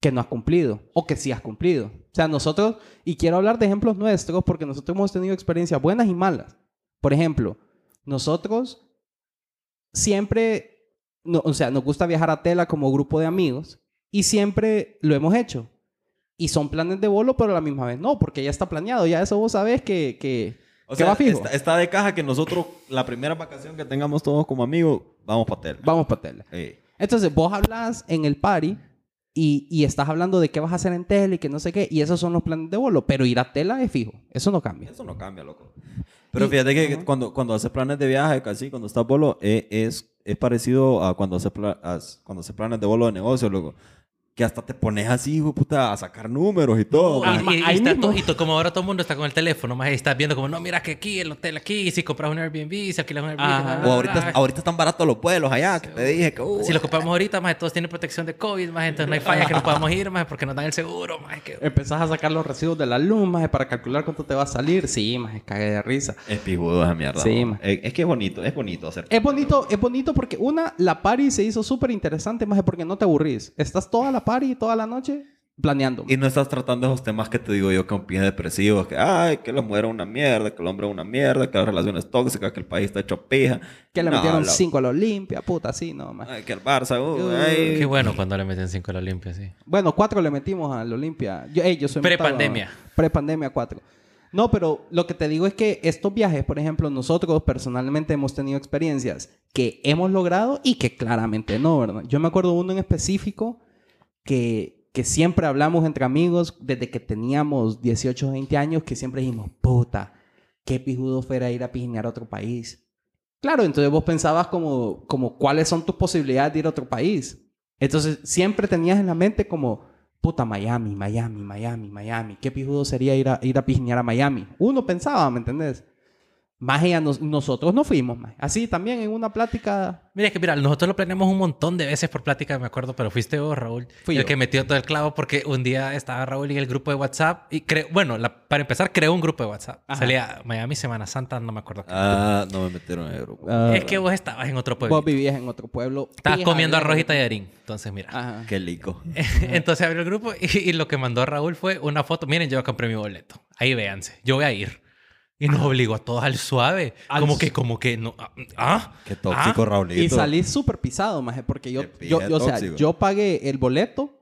C: que no has cumplido? O que sí has cumplido. O sea, nosotros, y quiero hablar de ejemplos nuestros porque nosotros hemos tenido experiencias buenas y malas. Por ejemplo, nosotros siempre, no- o sea, nos gusta viajar a Tela como grupo de amigos y siempre lo hemos hecho. Y son planes de bolo, pero a la misma vez no, porque ya está planeado. Ya eso vos sabés que... que
B: O
C: que va fijo.
B: Está, está de caja que nosotros, la primera vacación que tengamos todos como amigos, vamos para tela.
C: Vamos para Tela.
B: Ey.
C: Entonces, vos hablas en el party y, y estás hablando de qué vas a hacer en tele y que no sé qué, y esos son los planes de bolo, pero ir a tela es fijo, eso no cambia.
B: Eso no cambia, loco. Pero
C: Y-
B: fíjate que
C: Ajá.
B: cuando, cuando haces planes de viaje, casi cuando estás bolo, eh, es, es parecido a cuando haces, pla- a- cuando haces planes de bolo de negocio, loco. Que hasta te pones así, hijo de puta, a sacar números y todo.
A: Ah,
B: man.
C: Ahí ma-
A: y, y
C: ahí
A: está
C: mismo.
A: todo- y to- como ahora todo el mundo está con el teléfono, más estás viendo como, no, mira que aquí, el hotel aquí, y si compras un Airbnb, si alquilas un Airbnb.
C: Ajá.
A: bla, bla,
B: Ah. o
A: bla,
B: ahorita,
A: bla.
B: ahorita están baratos los vuelos allá, que te dije que... uh,
A: Si lo compramos ahorita, más todos tienen protección de COVID, más entonces no hay fallas que no podamos ir, más porque nos dan el seguro, más que...
C: Empezás a sacar los recibos de la luz, maje, para calcular cuánto te va a salir. Sí, más cague de risa.
B: Es pijudo esa mierda.
C: Sí,
B: ¿no?
C: man.
B: es, es que es bonito, es bonito hacer.
C: Es bonito, es bonito porque una, la party se hizo súper interesante, más porque no te aburrís. Estás toda la party, toda la noche planeando.
B: Y no estás tratando esos temas que te digo yo con pies depresivos, que ay, que la mujer es una mierda, que el hombre es una mierda, que las relaciones tóxicas, que el país está hecho pija.
C: que le
B: No,
C: metieron
B: loco.
C: cinco a la Olimpia, puta, sí, no, maje.
B: Ay, que el Barça, uh,
C: Uh,
B: ay.
A: Qué bueno cuando le meten cinco a la limpia, sí.
C: Bueno, cuatro le metimos al Olimpia. Yo, ey, yo soy metado,
A: Prepandemia.
C: ¿no? Prepandemia, cuatro. No, pero lo que te digo es que estos viajes, por ejemplo, nosotros personalmente hemos tenido experiencias que hemos logrado y que claramente no, ¿verdad? Yo me acuerdo uno en específico que, que siempre hablamos entre amigos desde que teníamos 18 o 20 años, que siempre dijimos, puta, qué pijudo fuera ir a pijinear a otro país. Claro, entonces vos pensabas como, como cuáles son tus posibilidades de ir a otro país. Entonces siempre tenías en la mente como, puta, Miami, Miami, Miami, Miami. Qué pijudo sería ir a, ir a pijinear a Miami. Uno pensaba, ¿me entendés? Más ella nos- nosotros no fuimos, más. Así también en una plática...
A: Mira, es que mira, nosotros lo planeamos un montón de veces por plática, me acuerdo, pero fuiste vos, Raúl,
C: Fui
A: el
C: yo.
A: que metió todo el clavo porque un día estaba Raúl en el grupo de WhatsApp y creo, bueno, la- para empezar, creó un grupo de WhatsApp.
C: Ajá.
A: Salía Miami, Semana Santa, no me acuerdo. qué.
B: Ah, no me metieron en el grupo.
C: Ah,
A: es que vos estabas en otro pueblo.
C: Vos vivías en otro pueblo.
A: Estabas
C: Pija,
A: comiendo
C: verga.
A: arroz y tallarín. Entonces, mira.
C: Ajá.
B: Qué lico.
A: Entonces abrió el grupo y, y lo que mandó Raúl fue una foto. Miren, yo ya compré mi boleto. Ahí véanse. Yo voy a ir. Y nos obligó a todos al suave.
C: Al
A: como
C: su-
A: que, como que, no. ah, Ah.
B: Qué tóxico,
A: Ah,
B: Raulito.
C: Y salí súper pisado, maje, porque yo,
B: Qué pija
C: yo, yo, o sea,
B: tóxico.
C: yo pagué el boleto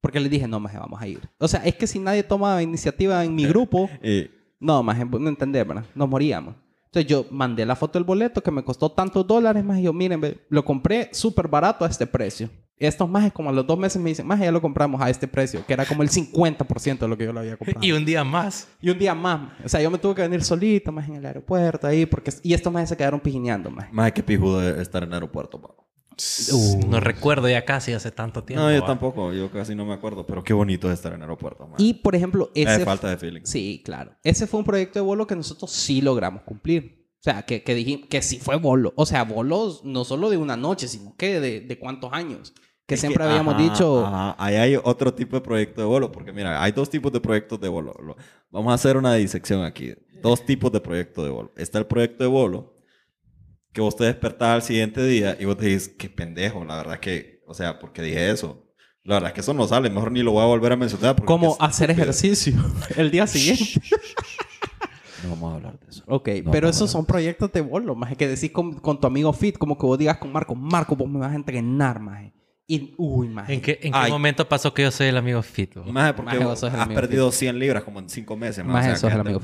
C: porque le dije, no, maje, vamos a ir. O sea, es que si nadie toma iniciativa en mi grupo,
B: Y-
C: no, maje, vos no entendés, ¿verdad? Nos moríamos. Entonces yo mandé la foto del boleto que me costó tantos dólares, más yo, miren, ve, lo compré súper barato a este precio. Estos majes como a los dos meses me dicen, maje, ya lo compramos a este precio, que era como el 50% de lo que yo lo había comprado.
A: Y un día más.
C: Y un día más, maje. o sea, yo me tuve que venir solito, más en el aeropuerto ahí, porque... Y estos majes se quedaron pijineando, maje.
B: Más que pijudo es estar en el aeropuerto, pa.
C: Uh.
A: No recuerdo ya casi hace tanto tiempo. ah.
B: No, yo
C: ah.
A: va.
B: tampoco, yo casi no me acuerdo, pero qué bonito es estar en el aeropuerto, man.
C: Y, por ejemplo,
B: Eh,
C: ese...
B: falta de feeling.
C: Sí, claro. Ese fue un proyecto de bolo que nosotros sí logramos cumplir. O sea, que, que dijimos que sí fue bolo. O sea, bolos no solo de una noche, sino que de, de cuántos años. Que
B: Es
C: siempre habíamos
B: ajá,
C: dicho.
B: ajá, ahí hay otro tipo de proyecto de bolo, porque mira, hay dos tipos de proyectos de bolo. Lo- Vamos a hacer una disección aquí. Dos tipos de proyecto de bolo. Está el proyecto de bolo, que vos te despertás al siguiente día y vos te dices, qué pendejo, la verdad que, o sea, porque dije eso. La verdad es que eso no sale, mejor ni lo voy a volver a mencionar. Porque
C: Como
B: qué
C: hacer
B: estúpido".
C: ejercicio el día siguiente.
B: No vamos a hablar de eso.
C: ok,
B: No,
C: pero
B: no,
C: esos
B: no.
C: son proyectos de bolo, más que decís con, con tu amigo Fit, como que vos digas con Marco, Marco, vos me vas a entrenar, más. Y, uy, más.
A: ¿En qué, en qué
B: Ay.
A: momento pasó que yo soy el amigo fit? bo?
B: Más porque
C: Maje, vos sos el
B: has
C: amigo
B: perdido 100 libras como en 5 meses. más
C: Maje, sos el amigo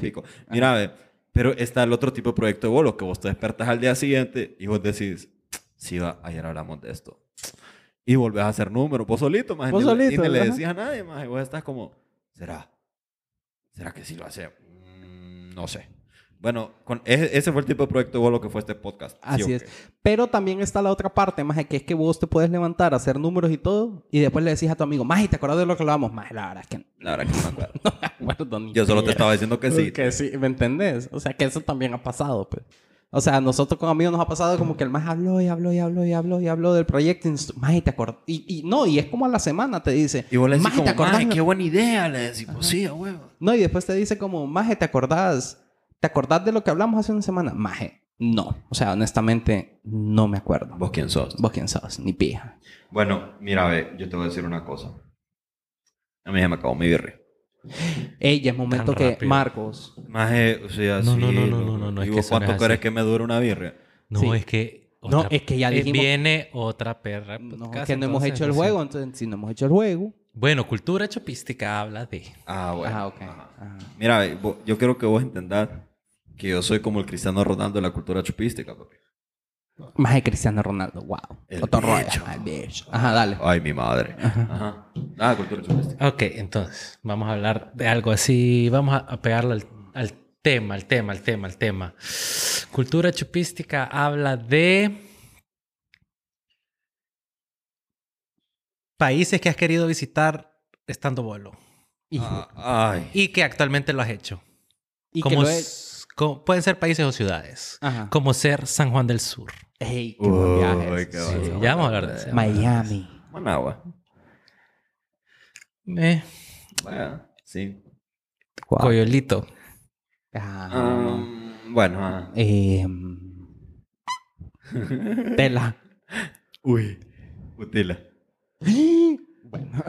B: Mira, ve, pero está el otro tipo de proyecto de bolo que vos te despertas al día siguiente y vos decís, sí, va, ayer hablamos de esto. Y volvés a hacer números, vos solito, más
C: Vos
B: Y
C: solito,
B: no le
C: ajá.
B: decís a nadie, más. Y vos estás como, ¿será? ¿Será que sí lo hace? Mm, no sé. Bueno, con, e- ese fue el tipo de proyecto de lo que fue este podcast. ¿sí
C: Así
B: o qué?
C: es. Pero también está la otra parte, más que es que vos te puedes levantar, hacer números y todo, y después le decís a tu amigo, más, ¿te acordás de lo que hablamos? Más, la verdad es que no
B: La verdad que no me acuerdo.
C: me acuerdo ni
B: Yo solo te
C: mierda".
B: estaba diciendo que sí.
C: Que sí, ¿me entendés? O sea, que eso también ha pasado, pues. O sea, a nosotros con amigos nos ha pasado como que el más habló y habló y habló y habló y habló del proyecto. Y, nosotros, "Maje, te acordás. Y, y no, y es como a la semana te dice.
B: Y vos le decís
C: "Maje, ¿te
B: como,
C: acordás?".
B: "Maje, qué buena idea. Le decís, pues sí, a huevo.
C: No, y después te dice como, Maje, ¿te acordás? ¿Te acordás de lo que hablamos hace una semana? Maje, no. O sea, honestamente, no me acuerdo.
B: ¿Vos quién sos?
C: Vos quién sos, ni pija.
B: Bueno, mira, ve, yo te voy a decir una cosa. A mí se me acabó mi birria.
C: Ey, ya es momento
A: Tan
C: que
A: rápido.
C: Marcos.
B: Más, eh, o sea,
A: No,
B: sí,
A: no, no, no,
B: loco.
A: no, no, no,
B: ¿Y
A: es
B: vos
A: que eso no
B: cuánto
A: es
B: crees
A: así.
B: que me dura una birria?
A: No,
C: Sí.
A: es que...
C: No,
A: otra-
C: es que ya
A: eh,
C: dijimos-
A: Viene otra perra.
B: pues,
C: No,
A: podcast,
C: que no hemos
A: entonces,
C: hecho el
A: lo
C: juego,
A: siento.
C: entonces si no hemos hecho el juego.
A: Bueno, cultura chopística habla de...
B: Ah, bueno.
C: Ah, ok.
B: ajá.
C: Ajá.
B: Mira, ve, vos- yo quiero que vos entendás que yo soy como el cristiano Ronaldo de la cultura chupística, papi.
C: Más de Cristiano Ronaldo, wow.
B: El
C: Otro rollo.
B: bicho.
C: Ajá, el bicho. Ajá, dale.
B: Ay, mi madre. Ajá. Ah, cultura chupística.
A: Ok, entonces, vamos a hablar de algo así. Vamos a, a pegarlo al, al tema, al tema, al tema, al tema. Cultura chupística habla de... Países que has querido visitar estando vuelo.
C: Y,
B: Ah, ay.
A: Y que actualmente lo has hecho.
C: y que
A: como,
C: lo es.
A: s- como- pueden ser países o ciudades.
C: Ajá.
A: Como ser San Juan del Sur.
C: Ey, qué buen
B: Uy,
C: viaje.
B: qué Eh,
A: Sí,
B: bueno.
A: ya vamos a hablar de eso.
C: Miami.
B: Managua.
A: Eh,
B: Bueno, sí.
C: Wow.
A: Coyolito. Ah.
C: Ajá.
B: Um, bueno, ajá.
C: Ah, Em, Tela.
B: Uy. Utila.
C: bueno.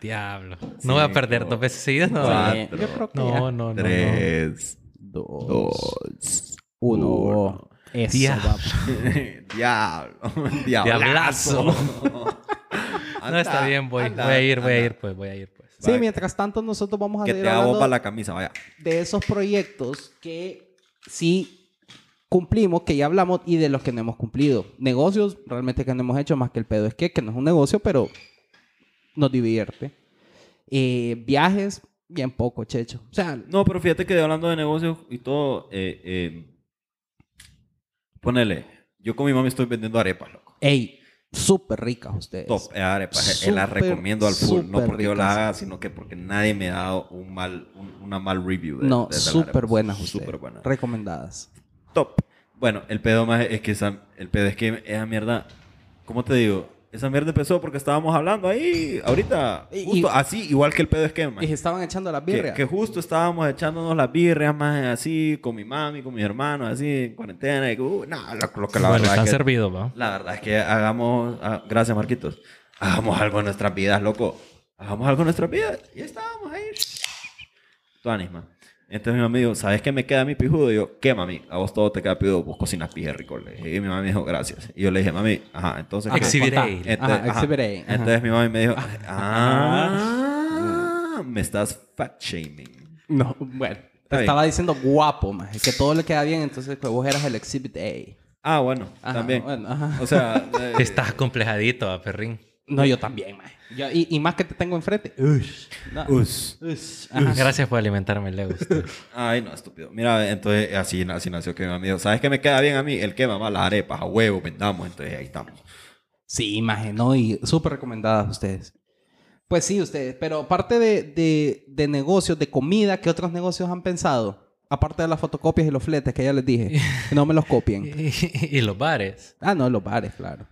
A: Diablo. No voy a perder
B: Cinco,
A: dos veces seguidas. No,
B: cuatro,
C: Sí, yo creo que ya.
A: no, no, no, no.
B: Tres.
C: Dos.
B: Dos.
C: Uno.
B: uno.
C: Eso,
A: Diablo.
C: guapo.
B: Diablo. Diablazo.
A: Diablazo. No, está bien, voy.
B: Anda,
A: voy a ir, voy a
B: anda.
A: ir, pues, voy a ir, pues.
C: Sí,
B: Va.
C: mientras tanto nosotros vamos a
B: Que
C: seguir
B: te hago
C: hablando
B: para la camisa, vaya.
C: de esos proyectos que sí cumplimos, que ya hablamos y de los que no hemos cumplido. Negocios realmente que no hemos hecho más que el pedo es que, que no es un negocio, pero nos divierte. Eh, viajes, bien poco, checho. O sea,
B: No, pero fíjate que hablando de negocios y todo, eh, eh, ponele, yo con mi mami estoy vendiendo arepas, loco.
C: ey, súper ricas ustedes.
B: Top eh, arepas, eh, las
C: Súper,
B: recomiendo al full, no
C: súper
B: porque yo las
C: ricas.
B: haga, sino que porque nadie me ha dado un mal, un- una mal review. de-
C: No,
B: de- de las
C: súper
B: arepas.
C: buenas ustedes.
B: Súper buenas.
C: Recomendadas.
B: top. Bueno, el pedo más es que esa, el pedo es que esa mierda, ¿cómo te digo? Esa mierda empezó porque estábamos hablando ahí, ahorita,
C: Y-
B: justo
C: y-
B: así, igual que el pedo esquema.
C: Y estaban echando las
B: Que,
C: birrias.
B: que justo estábamos echándonos las birrias más así, con mi mami, con mis hermanos, así, en cuarentena. Y, que, uh, no, lo, lo que la
A: bueno,
B: verdad
A: están
B: es que-
A: servidos, ¿va?
B: la verdad es que hagamos, ah, gracias Marquitos, hagamos algo en nuestras vidas, loco. Hagamos algo en nuestras vidas. Y estábamos ahí. Tu anima. Entonces mi mamá me dijo, ¿sabes qué me queda a mí pijudo? Y yo, ¿qué mami? A vos todo te queda pijudo, vos cocinas pije rico. Le dije. Y mi mamá me dijo, gracias. Y yo le dije, mami, ajá, entonces...
C: Ajá,
B: ¿qué?"
A: Exhibir
C: contá.
A: ahí.
B: Entonces,
C: Ajá,
B: ajá.
C: exhibir ahí. Ajá.
B: Entonces mi mamá me dijo, ah, me estás fat shaming.
C: No, bueno.
B: Está
C: Te
B: bien.
C: estaba diciendo guapo, más. Que todo le queda bien, entonces que vos eras el exhibit A.
B: Ah, bueno,
C: Ajá,
B: también.
C: bueno, ajá.
B: O sea, eh,
A: Estás complejadito, ¿va, perrín?
C: No, yo también, mae. Yo- y, y más que te tengo enfrente. Ush. No.
B: us.
C: Ush. Ajá.
A: Gracias por alimentarme el ego. usted.
B: Ay, no, estúpido. Mira, entonces así, así nació que mi mamá me dijo, ¿sabes qué me queda bien a mí? El que mamá, las arepas, a huevo, vendamos. Entonces ahí estamos.
C: Sí, maje, ¿no? Y súper recomendadas ustedes. Pues sí, ustedes. Pero aparte de, de, de negocios, de comida, ¿qué otros negocios han pensado? Aparte de las fotocopias y los fletes que ya les dije. que no me los copien.
A: y, y los bares.
C: Ah, no, los bares, claro.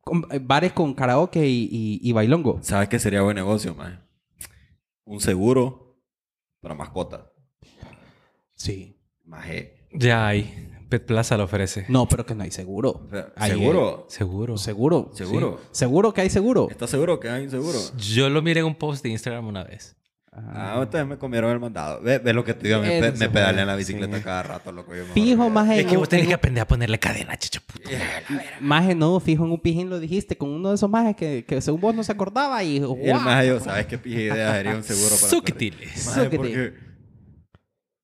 C: Con- eh, bares con karaoke y, y, y bailongo.
B: ¿Sabes qué sería buen negocio, man? Un seguro para mascotas.
C: Sí.
B: Maje.
A: Ya hay. Pet Plaza lo ofrece.
C: No, pero que no hay seguro.
B: Pero,
C: Ahí,
B: ¿Seguro?
A: Seguro.
C: eh, Seguro.
B: ¿Seguro?
C: sí. Seguro que hay seguro.
B: ¿Estás seguro que hay un seguro?
A: Yo lo miré en un post de Instagram una vez.
C: Ajá.
B: Ah, ustedes me comieron el mandado. Ve, ve lo que te digo, me,
C: Eso
B: pe- me
C: fue,
B: pedalean la bicicleta
C: sí.
B: cada rato, loco. yo me
C: Fijo,
B: acuerdo.
C: maje.
A: Es que
C: en
A: vos
C: un-
A: tenés
C: en
A: que aprender a ponerle cadena, chicho puto.
B: Eh,
C: Maje, no, fijo en un pijín lo dijiste, con uno de esos majes que, que según vos no se acordaba y...
B: Y el maje, yo, ¿sabes qué pija idea sería un seguro para
A: Suquitiles.
B: perritos? Maje,
C: Suquitiles.
B: porque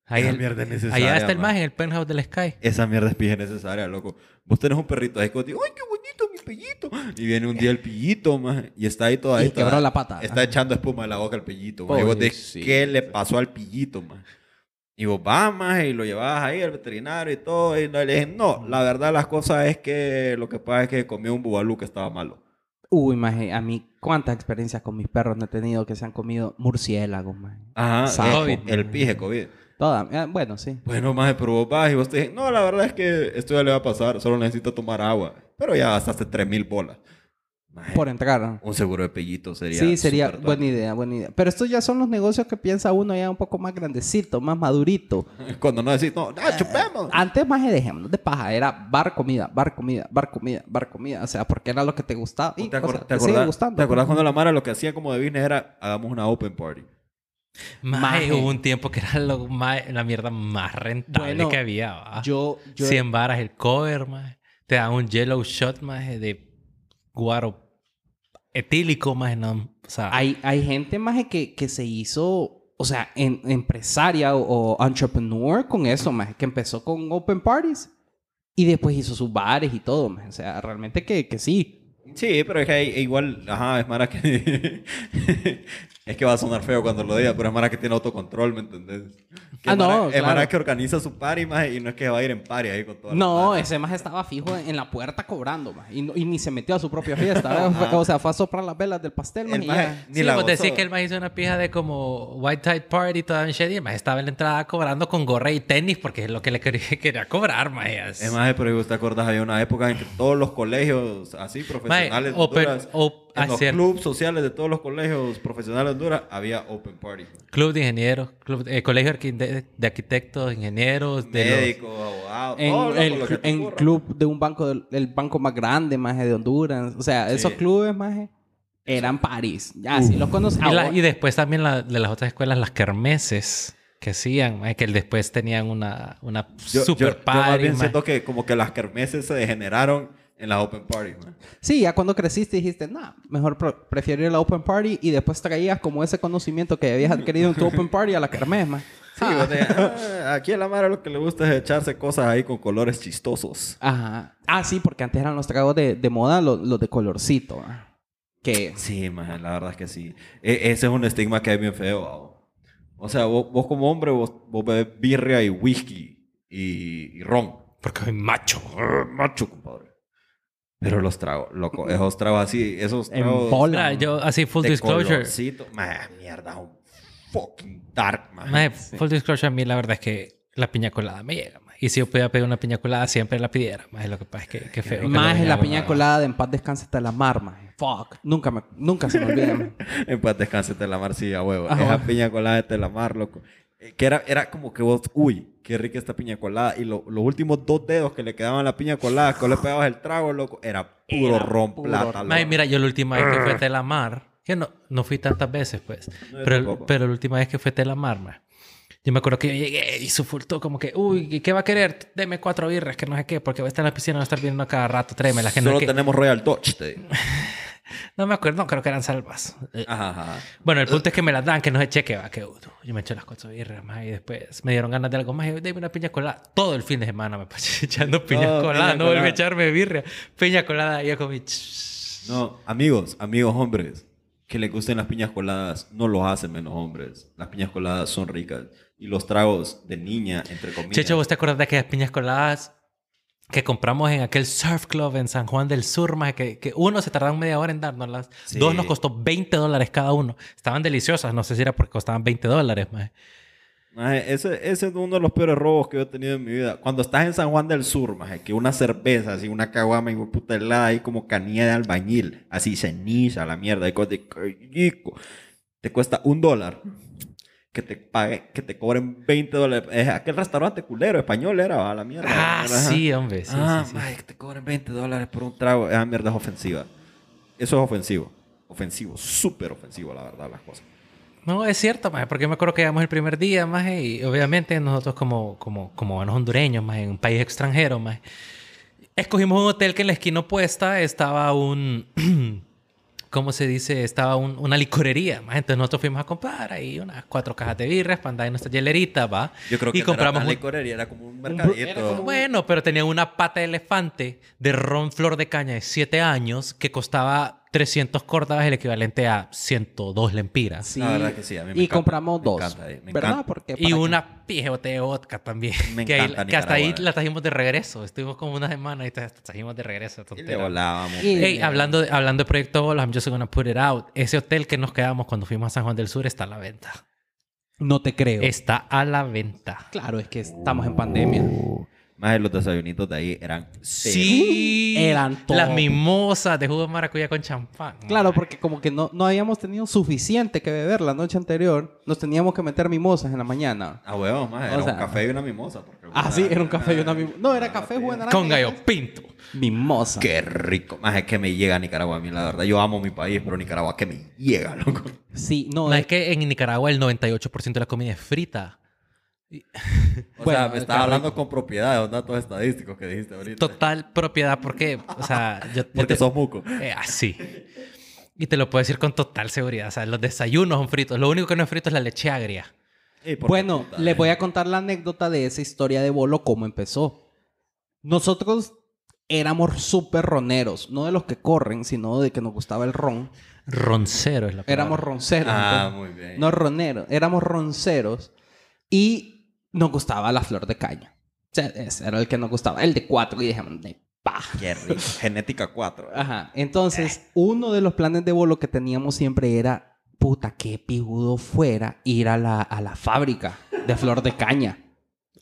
A: Ahí
B: Esa
A: el-
B: mierda es necesaria,
A: allá está el
B: man.
A: maje en el penthouse del Sky.
B: Esa mierda es pija necesaria, loco. Vos tenés un perrito ahí que vos decís, ¡ay, qué bonito mi pellito! Y viene un día el pillito, maje, y está ahí toda
C: Y
B: ahí toda-
C: quebró la pata.
B: Está echando espuma de la boca al pillito, maje. Y vos decís,
C: Pobrecito.
B: ¿qué le pasó al pillito, maje? Y vos vas, maje, y lo llevabas ahí al veterinario y todo. Y no, y le dije, no, la verdad las cosas es que lo que pasa es que comí un bubalú que estaba malo.
C: Uy, maje, a mí cuántas experiencias con mis perros no he tenido que se han comido murciélagos, maje.
B: Ajá,
C: Sapo,
B: el, el
C: maje.
B: pije COVID.
C: Toda, eh, bueno, sí.
B: Bueno, maje, pero vos vas y vos te dije, no, la verdad es que esto ya le va a pasar, solo necesito tomar agua. Pero ya gastaste 3000 bolas. Maje,
C: Por entrar.
B: un seguro de pellito sería.
C: Sí, sería
B: súper
C: buena idea, buena idea. Pero estos ya son los negocios que piensa uno ya un poco más grandecito, más madurito.
B: top. Cuando no decís, no, ¡ah, chupemos!
C: Antes más dejémonos de paja, era bar comida, bar comida, bar comida, bar comida. O sea, porque era lo que te gustaba. Y,
B: ¿Te,
C: o
B: acor-
C: sea,
B: te
C: te sigue
B: acordás-
C: gustando. pues.
B: te acordás cuando la Mara lo que hacía como de business era hagamos una open party?
A: Maje,
C: Maje.
A: hubo un tiempo que era lo ma- la mierda más rentable
C: Bueno,
A: que había. ¿va?
C: Yo, yo
A: 100 varas el cover, maje. Te dan un yellow shot, maje, de guaro etílico, maje. No, o sea,
C: Hay, hay gente más que, que se hizo, o sea, en- empresaria o, o entrepreneur con eso, más que empezó con open parties y después hizo sus bares y todo, más. O sea, realmente que, que sí.
B: Sí, pero es que hay- igual, ajá, es Mara que. es que va a sonar feo cuando lo diga, pero es Mara que tiene autocontrol, ¿me entendés? Que
C: Ah,
B: es Mara-
C: no,
B: Es
C: claro.
B: Mara que organiza su party más y no es que va a ir en party ahí con toda la
C: No,
B: Mara.
C: ese más estaba fijo en la puerta cobrando, más. Y, no- y ni se metió a su propia fiesta. ¿eh? O sea, fue a soplar las velas del pastel, más.
B: El
C: y
B: maje
C: ya.
B: ni
A: Sí,
B: la
A: vos
B: gozó.
A: decís que el maje hizo una pija de como White Tide Party, toda en shady. El maje estaba en la entrada cobrando con gorra y tenis porque es lo que le quería, quería cobrar, maje.
B: Es más, pero vos te acordás, había una época en que todos los colegios así profesionales de
A: open-
B: Honduras,
A: op-
B: en
A: ah,
B: los
A: cierto.
B: clubes sociales de todos los colegios profesionales de Honduras, había open party.
A: Club de ingenieros, club, eh, colegio de arquite- de arquitectos, ingenieros, de los-
B: Médicos, abogados,
C: En
B: todo, loco,
C: el,
B: lo que te
C: en
B: ocurra.
C: club de un banco, del, el banco más grande, más de Honduras. O sea, esos
B: Sí.
C: clubes, más eran París. Ya, sí los conocí.
A: Y, la- y después también la- de las otras escuelas, las kermeses que hacían, mae, que después tenían una, una super
B: Yo más
A: party.
B: bien
A: mae.
B: siento que como que las kermeses se degeneraron en las open parties, man.
C: Sí, ya cuando creciste dijiste, nah, mejor pro- prefiero ir a la open party y después traías como ese conocimiento que habías adquirido en tu open party a la carmesma.
B: Sí, o sea, ah, aquí a la Mara lo que le gusta es echarse cosas ahí con colores chistosos.
C: Ajá. Ah, sí, porque antes eran los tragos de, de moda los, los de colorcito. ¿verdad? Que
B: Sí, man, la verdad es que sí. E- ese es un estigma que es bien feo, babo. O sea, vos, vos como hombre, vos, vos bebés birria y whisky y, y ron.
A: Porque soy macho.
B: Brr, Macho, compadre. Pero los tragos, loco, esos tragos así, esos
C: en
B: tragos...
C: bola.
A: Mira,
C: ¿no?
A: Ah, yo, así, full
B: de
A: disclosure.
B: colorcito. Ma, mierda, un fucking dark, man.
A: mae, Full disclosure, a mí la verdad es que la piña colada me llega. mae. Y si yo pudiera pedir una piña colada, siempre la pidiera. mae. lo que pasa es que, que feo. que no
C: Más en la
A: llegaba.
C: piña colada de en paz descansa hasta la marma. Fuck. Nunca, me, nunca se me olvida. man.
B: En paz descanse Telamar, sí, a huevo.
C: Ajá.
B: Esa piña colada de Telamar, loco. Eh, Que era, era como que vos, uy, qué rica esta piña colada. Y lo- los últimos dos dedos que le quedaban a la piña colada, que vos le pegabas el trago, loco, era puro
C: Era
B: ron
C: puro
B: plata,
C: ron.
A: Mae,
B: loco.
A: mira, yo la última vez que fue a Telamar, que no, no fui tantas veces, pues,
B: No, yo
A: pero,
B: tampoco.
A: pero la última vez que fue a Telamar, mae, yo me acuerdo que yo llegué y sufultó como que, uy, ¿y ¿qué va a querer? Deme cuatro birras, que no sé qué, porque voy a estar en la piscina, voy a estar viendo a cada rato, tráeme las que no
B: Solo
A: sé qué.
B: tenemos Royal Dutch, te digo.
A: No me acuerdo, no, creo que eran salvas. Eh,
B: Ajá, ajá.
A: Bueno, el punto es que me las dan, que no se cheque, va, que uh, yo me eché las cuatro birras, más y después me dieron ganas de algo más, y yo, deme una piña colada. Todo el fin de semana me pasé echando piña
B: Todo
A: colada,
B: piña
A: no volví
B: colada.
A: a echarme birria, piña colada, y yo comí... "Shh".
B: No, amigos, amigos hombres, que les gusten las piñas coladas, no los hacen menos hombres. Las piñas coladas son ricas. Y los tragos de niña, entre comillas.
A: Checho, ¿vos te acuerdas de aquellas piñas coladas que compramos en aquel surf club en San Juan del Sur? Más que, que uno se tardaron media hora en dárnoslas.
B: Sí.
A: Dos nos costó 20 dólares cada uno. Estaban deliciosas. No sé si era porque costaban 20 dólares, más.
B: Maje, ese, ese es uno de los peores robos que yo he tenido en mi vida. Cuando estás en San Juan del Sur, maje, que una cerveza, así una caguama y puta helada ahí como canilla de albañil, así ceniza, la mierda, y cosas de "Qué rico". Te cuesta un dólar. Que te pague, que te cobren 20 dólares. Es aquel restaurante culero español era, va, la mierda.
A: Ah,
B: Era, ajá.
A: sí, hombre. Sí,
B: ah,
A: sí, sí.
B: maje, que te cobren 20 dólares por un trago. Esa mierda es ofensiva. Eso es ofensivo. Ofensivo, súper ofensivo, la verdad, las cosas.
A: No, es cierto, más porque yo me acuerdo que llegamos el primer día, más y obviamente nosotros como, como, como buenos hondureños, más en un país extranjero, más escogimos un hotel que en la esquina opuesta estaba un, ¿cómo se dice? Estaba un- una licorería, más entonces nosotros fuimos a comprar ahí unas cuatro cajas de birras para andar en nuestra hielerita, va.
B: Yo creo que
A: y
B: no era
A: compramos
B: tan
A: un-
B: licorería, era como un
C: bru-
B: mercadito.
C: era como un-
A: bueno, pero tenía una pata de elefante de ron flor de caña de 7 años que costaba 300 córdobas el equivalente a 102 lempiras.
C: Sí.
B: La verdad que sí, a mí me
C: y
B: encanta,
C: compramos
B: me
C: dos.
B: encanta, eh, me
C: ¿Verdad?
B: encanta.
C: Porque
A: Y
C: para
A: una pije botella de vodka también.
B: Me
A: que, ahí-
B: encanta
A: que hasta ahí
B: Nicaragua, eh.
A: la trajimos de regreso. Estuvimos como una semana y tra- trajimos de regreso.
B: Y
A: tontera.
B: le volábamos.
C: Y-
A: Ey, hablando, de, hablando de Proyecto Bola, I'm just gonna put it out. Ese hotel que nos quedamos cuando fuimos a San Juan del Sur está a la venta.
C: que- No te creo.
A: Está a la venta.
C: Claro, es que estamos en pandemia.
B: Uh. Más de los desayunitos de ahí eran...
A: Sí.
C: Eran todo.
A: Las mimosas de jugo de maracuyá con champán.
C: Claro, porque como que no, no habíamos tenido suficiente que beber la noche anterior, nos teníamos que meter mimosas en la mañana.
B: Ah, huevos, más.
C: O
B: Era
C: sea-
B: un café y una mimosa. porque-
C: Ah, sí, era un café y una mimosa. No, era café, jugo de naranja.
A: Con gallo pinto.
C: Mimosa.
B: Qué rico. Más es que me llega a Nicaragua a mí, la verdad. Yo amo mi país, pero Nicaragua que me llega, loco.
C: Sí, no, eh,
A: No,
C: es-
A: es que en Nicaragua el 98% de la comida es frita.
B: O
C: Bueno,
B: sea, me
C: qué
B: estás hablando con propiedad de los datos estadísticos que dijiste ahorita.
A: Total propiedad, porque, o sea, yo, yo
B: Porque
A: te-
B: sos muco.
A: Eh, así. Y te lo puedo decir con total seguridad. O sea, los desayunos son fritos. Lo único que no es frito es la leche agria.
B: Ey, porque
C: Bueno,
B: puta,
C: les
B: eh.
C: voy a contar la anécdota de esa historia de bolo, cómo empezó. Nosotros éramos súper roneros, no de los que corren, sino de que nos gustaba el ron.
A: Roncero es la palabra.
C: Éramos ronceros.
B: Ah,
C: entonces,
B: muy bien.
C: no roneros, éramos ronceros y nos gustaba la flor de caña. O sea, ese era el que nos gustaba, el de cuatro y dijimos, de pa.
B: Qué rico. Genética 4.
C: Ajá. Entonces, uno de los planes de bolo que teníamos siempre era, puta, qué pijudo fuera ir a la, a la fábrica de flor de caña.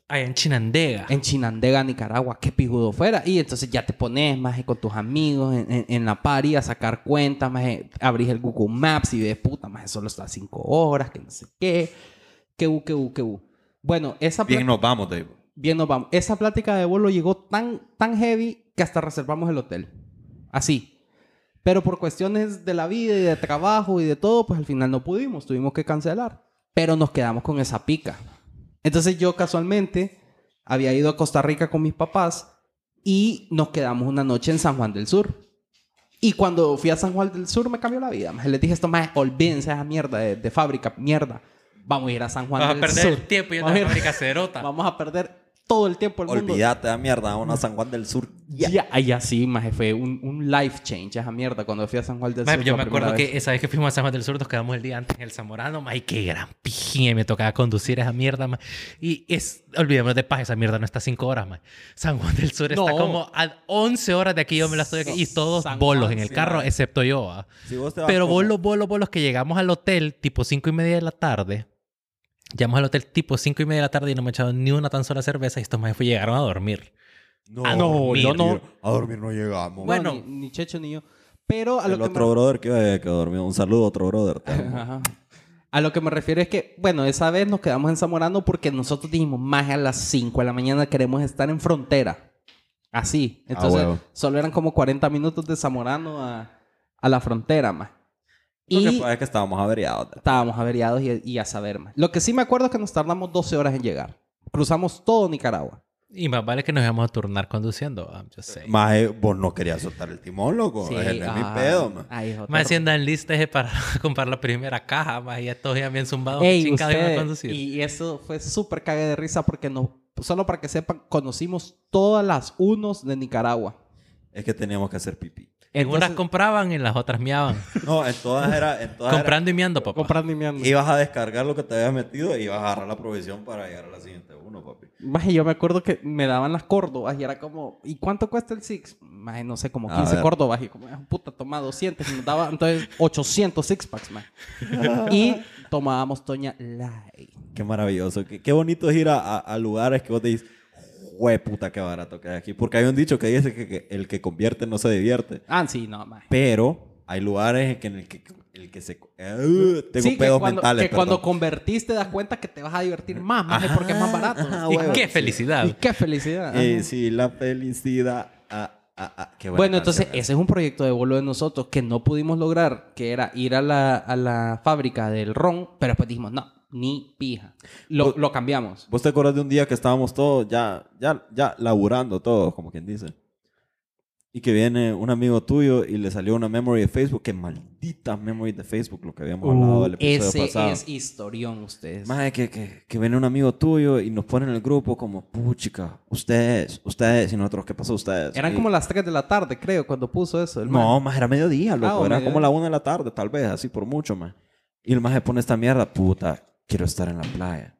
A: Allá en Chinandega.
C: en Chinandega, Nicaragua, qué pijudo fuera. Y entonces ya te pones, maje, con tus amigos en, en- en la party a sacar cuentas, maje, abrís el Google Maps y ves, puta, maje, solo está cinco horas, que no sé qué, que u, que u, que u. Bueno, esa
B: Bien
C: pla-
B: nos vamos, Dave.
C: bien nos vamos. Esa plática de bolo llegó tan, tan heavy que hasta reservamos el hotel. Así. Pero por cuestiones de la vida y de trabajo y de todo, pues al final no pudimos, tuvimos que cancelar. Pero nos quedamos con esa pica. Entonces yo casualmente había ido a Costa Rica con mis papás y nos quedamos una noche en San Juan del Sur. Y cuando fui a San Juan del Sur me cambió la vida. maje. Les dije esto más, olvídense de esa mierda de, de fábrica, mierda. Vamos a ir a San Juan
A: Vas a
C: del
A: perder
C: Sur.
A: el tiempo yendo a
C: Vamos a
A: la
C: ir-
A: fábrica cerota.
C: Vamos a perder todo el tiempo del mundo.
B: Olvídate de mierda, vamos a San Juan del Sur.
C: Ya, ay, ya sí, maje, fue un, un life change esa mierda cuando fui a San Juan del
A: Mae,
C: Sur.
A: yo
C: la
A: me
C: primera
A: acuerdo
C: vez.
A: que esa vez que fuimos a San Juan del Sur nos quedamos el día antes en el Zamorano, mae, qué gran pijín, me tocaba conducir esa mierda, mae. Y es, olvidémonos de paz, esa mierda no está a cinco horas, mae. San Juan del Sur está
C: No.
A: como a 11 horas de aquí, yo me la estoy aquí, y todos
C: San Juan,
A: bolos en el
C: sí,
A: carro,
B: mae.
A: excepto yo, ah.
B: Si vos te vas
A: Pero
B: como-
A: bolos, bolos, bolos que llegamos al hotel tipo cinco y media de la tarde. Llegamos al hotel tipo cinco y media de la tarde y no me echaron ni una tan sola cerveza y estos más fue llegaron a dormir.
B: No,
A: Ah, no,
B: dormir,
A: yo no.
B: tío. A dormir no llegamos.
A: Bueno.
C: No, ni, ni Checho ni yo. Pero a
B: el
C: lo, que
B: otro
C: me,
B: brother que, eh, que dormió. Un saludo, otro brother. te amo.
C: Ajá. a lo que me refiero es que, bueno, esa vez nos quedamos en Zamorano porque nosotros dijimos, más a las 5 de la mañana queremos estar en frontera. Así.
B: Ah,
C: Entonces,
B: huevo.
C: solo eran como 40 minutos de Zamorano a, a la frontera, más.
B: Lo que
C: Y
B: pasa es que estábamos averiados.
C: estábamos averiados y, y a saber más. Lo que sí me acuerdo es que nos tardamos 12 horas en llegar. Cruzamos todo Nicaragua.
A: Y más vale que nos íbamos a turnar conduciendo, ah, yo sé.
B: Más eh, vos no querías soltar el timón, loco.
C: Sí,
B: Pues, Ese no es mi
C: ah,
B: pedo, man.
C: ay, hijo,
A: Más si
C: te-
A: andan listas eh, para comprar la primera caja, más ya todos ya bien zumbados,
C: Ey,
A: chingados iban a
C: ustedes,
A: conducir.
C: y eso fue súper cague de risa porque nos, solo para que sepan, conocimos todas las unos de Nicaragua.
B: Es que teníamos que hacer pipí.
A: En unas
C: Entonces-
A: compraban y en las otras miaban.
B: No, en todas era... En todas era-
A: Comprando y miando, papá.
C: Comprando y meando.
B: Ibas a descargar lo que te habías metido y ibas a agarrar la provisión para llegar a la siguiente uno, papi.
C: Maje, yo me acuerdo que me daban las córdobas y era como, ¿y cuánto cuesta el Six? Maje, no sé, como
B: A
C: 15
B: ver.
C: córdobas. Y como, "Ah, puta, toma 200. Y nos daba, entonces, 800 Six Packs, maje. y tomábamos Toña Light.
B: Qué maravilloso. Qué, qué bonito es ir a, a- a lugares que vos te dices, jue puta, qué barato que hay aquí. Porque hay un dicho que dice que, que el que convierte no se divierte.
C: Ah, sí, no, maje.
B: Pero hay lugares en que, en el, que el que se... ¡Ugh! tengo
C: Sí, que
B: pedos
C: cuando,
B: mentales,
C: que cuando
B: perdón.
C: convertís te das cuenta que te vas a divertir más, maje, porque es más barato.
B: ajá,
A: y
B: Ah, huevo.
A: qué felicidad.
C: Y qué felicidad.
B: Eh,
C: Ajá.
B: sí, la felicidad... ah, ah, ah. Qué buena
C: Bueno, entonces
B: canción es.
C: ese es un proyecto de bolo de nosotros que no pudimos lograr, que era ir a la, a la fábrica del ron, pero después dijimos, no, ni pija. Lo,
B: Pues-
C: lo cambiamos.
B: ¿Vos te acuerdas de un día que estábamos todos ya, ya, ya laburando todos, como quien dice? Y que viene un amigo tuyo y le salió una memory de Facebook. Que maldita memory de Facebook, lo que habíamos hablado del episodio
C: Uh, Ese
B: pasado.
C: es historión, ustedes.
B: Mae, que, que, que viene un amigo tuyo y nos pone en el grupo como, puchica, ustedes, ustedes, y nosotros, ¿qué pasó ustedes?
C: Eran
B: Y-
C: como las 3 de la tarde, creo, cuando puso eso. el man.
B: No, más era mediodía, loco.
C: Ah, o
B: era
C: mediodía.
B: como la una de la tarde, tal vez, así por mucho, más. Y el más se pone esta mierda, puta, quiero estar en la playa.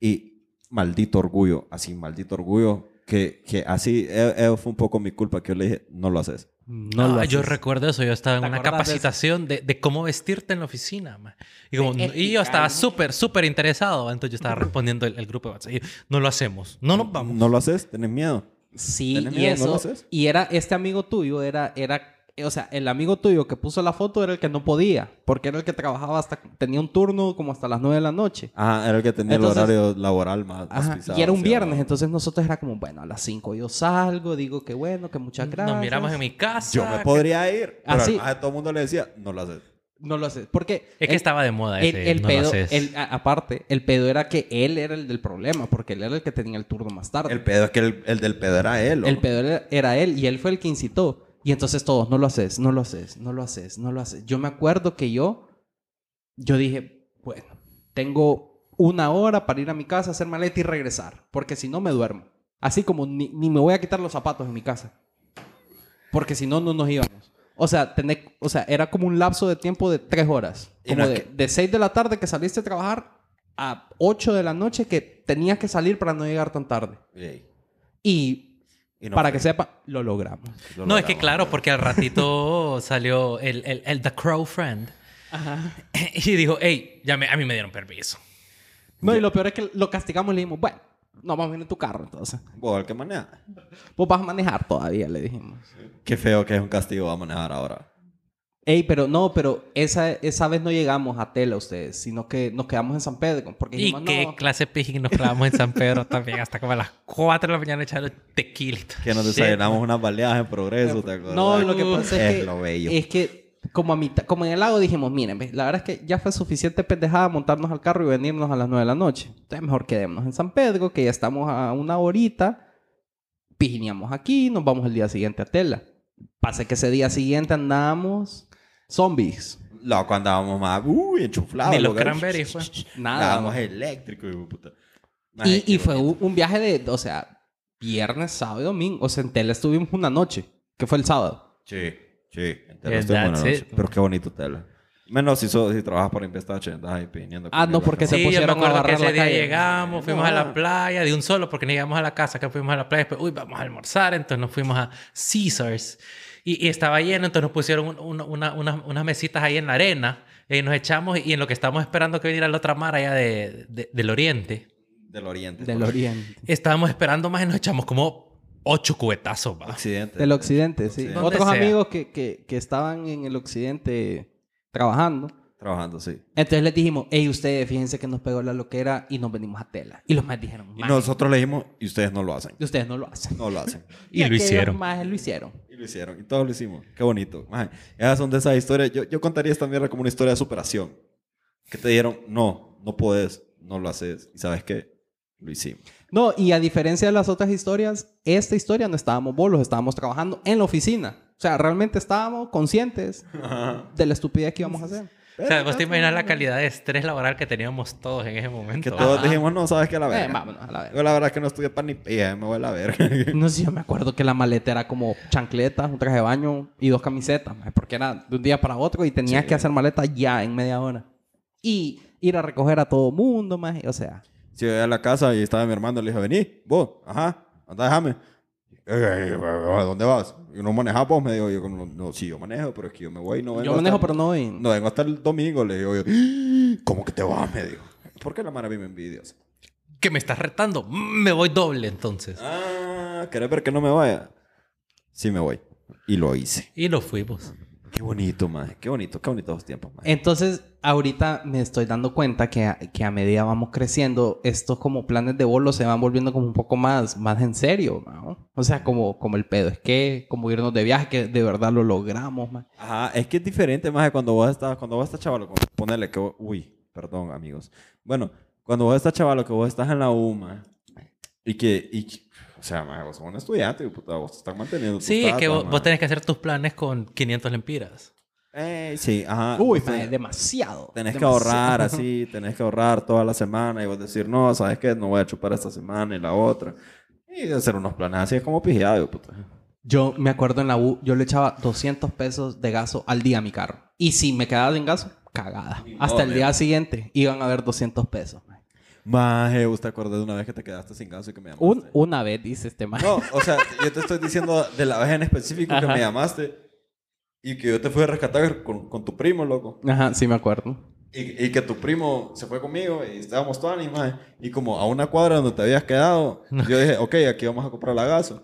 B: Y maldito orgullo, así, maldito orgullo, que, que así, eh, eh, fue un poco mi culpa que yo le dije, no lo haces.
C: No
A: Ah,
C: lo
A: yo
C: haces.
A: recuerdo eso. Yo estaba en
C: ¿Te
A: una
C: acordás de eso?
A: capacitación de, de cómo vestirte en la oficina. ma. Y, como-
C: De
A: y yo estaba
C: ética, ¿no?
A: súper, súper interesado. ma. Entonces yo estaba respondiendo el, el grupo de WhatsApp. Y yo, no lo hacemos. No nos vamos.
B: No lo haces, tenés miedo.
C: Sí,
B: ¿Tenés
C: y
B: miedo? ¿No lo
C: eso.
B: haces?
C: y era este amigo tuyo, era, era, o sea, el amigo tuyo que puso la foto era el que no podía, porque era el que trabajaba hasta, tenía un turno como hasta las 9 de la noche.
B: Ah, era el que tenía
C: Entonces-
B: el horario laboral más, más
C: Ajá,
B: pisado,
C: y era un
B: sí,
C: viernes,
B: ¿verdad?
C: entonces nosotros era como, bueno, a las 5 yo salgo, digo que bueno, que muchas gracias.
A: Nos miramos en mi casa.
B: Yo me podría ir. Pero
C: Así.
B: al maje todo el mundo le decía, no lo haces.
C: No lo haces, porque...
A: Es que
C: el-
A: estaba de moda
C: el,
A: ese. no
C: el
A: lo
C: pedo,
A: haces.
C: el- a- aparte, el pedo era que él era el del problema, porque él era el que tenía el turno más tarde.
B: El pedo es que el, el del pedo era él. loco.
C: El peor era- era él y él fue el que incitó. Y entonces todos, no lo haces, no lo haces, no lo haces, no lo haces. Yo me acuerdo que yo, yo dije, bueno, tengo una hora para ir a mi casa, hacer maleta y regresar, porque si no me duermo. Así como ni, ni me voy a quitar los zapatos en mi casa, porque si no, no nos íbamos. O sea, tené- o sea, era como un lapso de tiempo de tres horas.
B: Y
C: Como
B: no es
C: de,
B: que-
C: de seis de la tarde que saliste a trabajar a ocho de la noche que tenías que salir para no llegar tan tarde.
B: Ey,
C: Y
B: y no
C: para
B: fue.
C: que sepa, lo logramos.
B: Lo
A: No, es que
B: logramos.
A: claro, porque al ratito salió el, el, el The Crow Friend. Y dijo, hey, ya me- a mí me dieron permiso.
C: No, y lo peor es que lo castigamos y le dijimos, bueno, no vamos a ir en tu carro entonces.
B: Vos, el que maneja.
C: Vos vas a manejar todavía, le dijimos.
B: Qué feo que es un castigo a manejar ahora.
C: Ey, pero no, pero esa, esa vez no llegamos a Tela ustedes, sino que nos quedamos en San Pedro. Porque
A: Y
C: dijimos,
A: qué
C: no,
A: clase de pijín nos clavamos en San Pedro también. Hasta como a las 4 de la mañana echando tequila. y todo.
B: Que nos
A: Shit.
B: desayunamos unas baleadas en progreso, ¿te acuerdas?
C: no, lo que
A: Uh,
C: pasa es,
B: es
C: que,
B: lo bello.
C: es que como, a mitad, como en el lago dijimos, miren, ve, la verdad es que ya fue suficiente pendejada montarnos al carro y venirnos a las 9 de la noche. Entonces mejor quedémonos en San Pedro, que ya estamos a una horita. Pijineamos aquí, nos vamos el día siguiente a Tela. Pasa que ese día siguiente andamos zombies.
B: Loco, andábamos más, uy, enchuflados.
A: Ni los
B: loco, era-
A: cranberries, pues. fue.
C: pues. Nada.
B: Andábamos eléctricos, hijo de puta. Ay,
C: Y,
B: qué
C: y fue
B: bonito.
C: un, un viaje de, o sea, viernes, sábado y domingo. O sea, en Tela estuvimos una noche, que fue el sábado.
B: Sí, sí. Te
A: And
B: estoy buena
A: that's
B: noche.
A: it.
B: Pero qué bonito tela. Menos si, sos- si trabajas por Investache, andas ahí pidiendo.
C: Ah, no, porque
A: Sí,
C: se
B: se...
A: yo me
C: pusieron a
A: acuerdo que
C: barrer
A: ese
C: la
A: día
C: calle.
A: llegamos, fuimos a la playa de un solo porque no llegamos a la casa, que fuimos a la playa, después, uy, vamos a almorzar, entonces nos fuimos a Caesars y, y estaba lleno, entonces nos pusieron un- un- una- unas- unas mesitas ahí en la arena y nos echamos y en lo que estamos esperando que viniera la otra mara allá de- de- del oriente,
B: Del oriente.
C: Del
B: por-
C: oriente.
A: estábamos esperando más y nos echamos como ocho cubetazos, va.
B: Occidente.
C: Del occidente, sí.
B: Occidente.
C: Otros
A: sea.
C: amigos que, que, que estaban en el occidente trabajando.
B: Trabajando, sí.
C: Entonces les dijimos, hey, ustedes fíjense que nos pegó la loquera y nos venimos a Tela. Y los más dijeron,
B: Y
C: "Mae,
B: nosotros le dijimos, y ustedes no lo hacen.
C: y ustedes no lo hacen.
B: No lo hacen.
A: Y lo
C: aquellos
A: hicieron.
C: majes lo hicieron.
B: Y lo hicieron. Y todos lo hicimos. Qué bonito. Maje, esas son de esas historias. Yo, yo contaría esta mierda como una historia de superación. Que te dieron, no, no puedes, no lo haces. Y sabes qué? Lo hicimos.
C: No, y a diferencia de las otras historias, esta historia no estábamos bolos, estábamos trabajando en la oficina. O sea, realmente estábamos conscientes de la estupidez que íbamos a hacer.
A: O sea, vos te imaginas la calidad de estrés laboral que teníamos todos en ese momento.
B: Que todos
C: Ajá.
B: dijimos, no, sabes qué la
C: Eh,
B: verga.
C: vámonos a la verga.
B: yo la verdad es que no estudié para ni pija, me voy a la verga.
C: No sé, yo me acuerdo que la maleta era como chancletas, un traje de baño y dos camisetas, mae, porque era de un día para otro y tenías
B: Sí.
C: que hacer maleta ya en media hora. Y ir a recoger a todo mundo, más, o sea,
B: Si llegué a la casa y estaba mi hermano, le dije, vení, vos, ajá, anda, déjame. "Eh, eh, ¿A dónde vas? Y no manejas vos, me dijo. Yo, no, no, sí, yo manejo, pero es que yo me voy, no vengo.
C: yo manejo,
B: hasta-
C: pero no voy.
B: No vengo hasta el domingo, le digo yo. "Ah, ¿Cómo que te vas? Me dijo. ¿Por qué la mara vive envidiosa?
A: Que me estás retando, Mm, me voy doble entonces.
B: Ah, ¿querés ver que no me vaya? Sí, me voy. Y lo hice.
A: Y lo fuimos.
B: Qué bonito, madre. Qué bonito, qué bonitos tiempos,
A: Eh.
B: madre.
C: Entonces, ahorita me estoy dando cuenta que a, que a medida vamos creciendo, estos como planes de bolo se van volviendo como un poco más, más en serio, ¿no? O sea, como, como el pedo es que, como irnos de viaje, que de verdad lo logramos, man.
B: Ajá, es que es diferente, más cuando vos estás, cuando vos estás chaval, ponele que vos- uy, perdón, amigos. Bueno, cuando vos estás chaval, que vos estás en la UMA y que, y, que- O sea, maje, vos sos un estudiante y puta, vos te estás manteniendo. tus
A: Sí, es que
B: tatas,
A: vos, vos
B: maje.
A: tenés que hacer tus planes con 500 lempiras.
B: Eh, sí, ajá.
C: Uy,
B: O sea,
C: mae, demasiado.
B: Tenés que
C: Demasiado.
B: ahorrar así, tenés que ahorrar toda la semana y vos decir, no, ¿sabes qué? No voy a chupar esta semana y la otra. Y hacer unos planes así, es como pijado, hijo de puta.
C: Yo me acuerdo en la U, yo le echaba 200 pesos de gaso al día a mi carro. Y si me quedaba sin gaso, cagada.
B: Ni
C: Hasta
B: modo,
C: el
B: man.
C: día siguiente iban a haber 200 pesos. man.
B: Maje, ¿vos te acordás de una vez que te quedaste sin gaso y que me llamaste?
C: Un- una vez, dice este man.
B: No, o sea, yo te estoy diciendo de la vez en específico que
C: Ajá.
B: me llamaste y que yo te fui a rescatar con, con tu primo, loco.
C: Ajá, sí me acuerdo.
B: Y, y que tu primo se fue conmigo y estábamos todos animados. Y como a una cuadra donde te habías quedado, yo dije, ok, aquí vamos a comprar la gaso.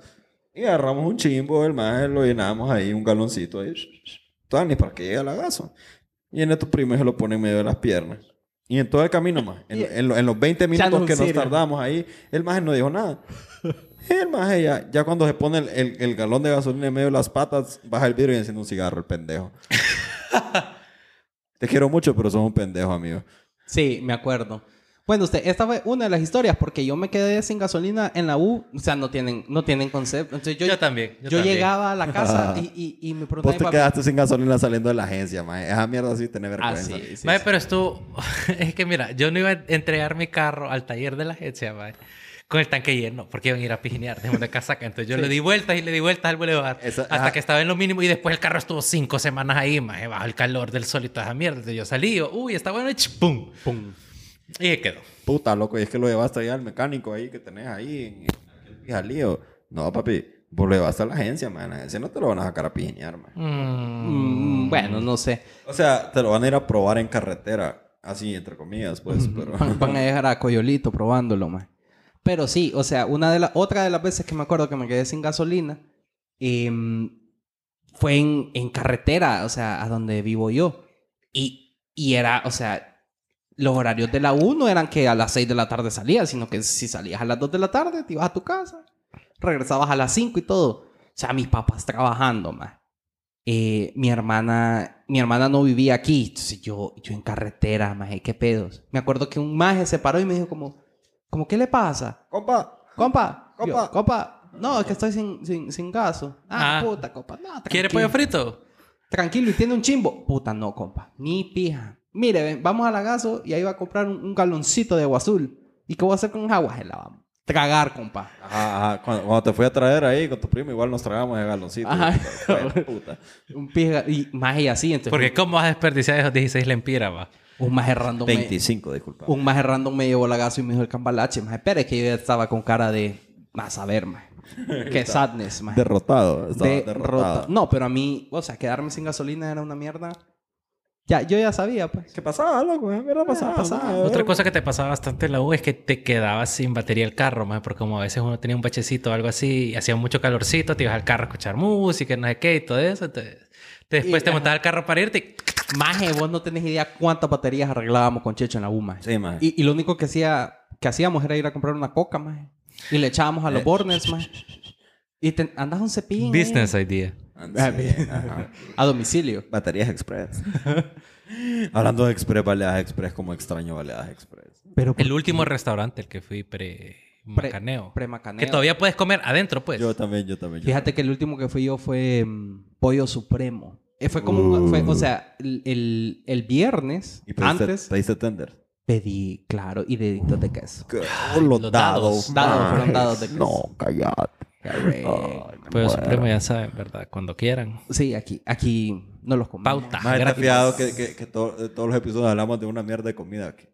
B: Y agarramos un chimbo, el maje, lo llenamos ahí, un galoncito ahí. sh- sh- Todos ni para que llegue la gaso. Y en tu primo y se lo pone en medio de las piernas. Y en todo el camino, más, en, en lo- en los 20 minutos
C: en
B: que nos
C: serio.
B: tardamos ahí, el maje no dijo nada. El maje ya, ya cuando se pone el, el- el galón de gasolina en medio de las patas, baja el vidrio y enciende un cigarro, el pendejo. Te quiero mucho, pero sos un pendejo, amigo.
C: Sí, me acuerdo. Bueno, usted, esta fue una de las historias porque yo me quedé sin gasolina en la U. O sea, no tienen, no tienen concepto. Entonces yo,
A: Yo también, yo
C: yo
A: también.
C: llegaba a la casa y, y, y me preguntaba
B: Vos
C: a
B: te
C: mi papá,
B: quedaste sin gasolina saliendo de la agencia, maje. Esa mierda sí tiene
C: Ah,
B: vergüenza.
C: sí, sí,
A: Mae,
C: sí.
A: pero esto es que mira, yo no iba a entregar mi carro al taller de la agencia, mae, con el tanque lleno, porque iban a ir a pijinear de una casaca. Entonces yo le di vueltas y le di vueltas al bulevar
B: Esa-
A: hasta
B: ajá.
A: que estaba en lo mínimo y después el carro estuvo cinco semanas ahí, mae, bajo el calor del sol y toda esa mierda. Entonces yo salí, yo, uy, está bueno, y ch- pum,
C: Pum.
A: y ahí quedó.
B: Puta, loco, y es que lo llevaste ahí al mecánico ahí que tenés ahí en- en el pijalío. No, papi, vos lo llevaste a la agencia, man. A la agencia no te lo van a sacar a pijinear, man.
C: Mm, bueno, no sé.
B: O sea, te lo van a ir a probar en carretera. Así, entre comillas, pues, pero...
C: Van, van a dejar a Coyolito probándolo, man. Pero sí, o sea, una de la, otra de las veces que me acuerdo que me quedé sin gasolina em, fue en, en carretera, o sea, a donde vivo yo. Y, y era, o sea, los horarios de la 1 eran que a las 6 de la tarde salías, sino que si salías a las 2 de la tarde, te ibas a tu casa, regresabas a las 5 y todo. O sea, mis papás trabajando, man. Eh, mi hermana, mi hermana no vivía aquí, entonces yo, yo en carretera, maje, qué pedos. Me acuerdo que un maje se paró y me dijo como, como ¿qué le pasa?
B: Compa,
C: Compa,
B: Compa.
C: Yo, compa, no, es que estoy sin, sin, sin gaso. Ah,
A: Ah.
C: puta, compa, no,
A: ¿Quiere
C: tranquilo.
A: pollo frito?
C: Tranquilo, y tiene un chimbo. Puta, no, compa, ni pija. Mire, ven, vamos a la gaso y ahí va a comprar un, un galoncito de agua azul. ¿Y qué voy a hacer con esa agua? Se la vamos a tragar, compa.
B: Ajá, ajá. Cuando, cuando te fui a traer ahí con tu primo, igual nos tragamos el galoncito.
C: Ajá.
B: Fue puta.
C: Un pija, y maje y así, entonces.
A: Porque ¿cómo vas a desperdiciar esos 16 lempiras, va?
C: un maje random. me-
B: 25, disculpa.
C: Un maje random me llevó la gaso y me dijo el cambalache. Maje, pero es que yo ya estaba con cara de... A saber, maje. Qué sadness, maje.
B: Derrotado. Estaba
C: De
B: derrotado.
C: rota. No, pero a mí... O sea, quedarme sin gasolina era una mierda. Ya, yo ya sabía, pues.
B: ¿Qué pasaba, loco? Esa mierda pasaba,
C: pasaba.
B: maje.
A: Otra cosa que te pasaba bastante en la U es que te quedabas sin batería el carro, mae, porque como a veces uno tenía un bachecito o algo así y hacía mucho calorcito, te ibas al carro a escuchar música, no sé qué y todo eso. Entonces, te- después
C: Y-
A: te montabas al carro para irte y
C: Maje, vos no tenés idea cuántas baterías arreglábamos con Checho en la U, maje.
B: Sí, maje.
C: Y, y lo único que, hacía, que hacíamos era ir a comprar una coca, maje. Y le echábamos a los
B: Eh.
C: bornes, maje. Y te, andas un cepillín. ahí,
A: business idea.
B: Ah, Sí, ajá.
C: A domicilio.
B: Baterías Express. Hablando de Express, baleadas Express, como extraño baleadas Express.
C: Pero
A: El último restaurante al que fui pre macaneo.
C: premacaneo.
A: que todavía puedes comer adentro, pues.
B: Yo también, yo también. yo
C: Fíjate que el último que fui yo fue mm, Pollo Supremo. Eh, fue como, un- fue, o sea, el, el- el viernes,
B: también. Uh. ¿Y pediste-
C: antes,
B: pediste tender?
C: pedí, claro, y deditos de queso.
B: Que- oh, los,
A: los dados.
B: dados.
C: Dados,
B: maje.
C: fueron dados de
B: No, callate.
C: Qué rico.
B: Ay,
A: Pollo
B: me muero.
A: Supremo, ya saben, ¿verdad? Cuando quieran.
C: Sí, aquí, aquí no los comemos.
A: Pauta.
B: Maje, ¿te has
A: gratis.
B: fijado que, que, que todo- de todos los episodios hablamos de una mierda de comida? aquí?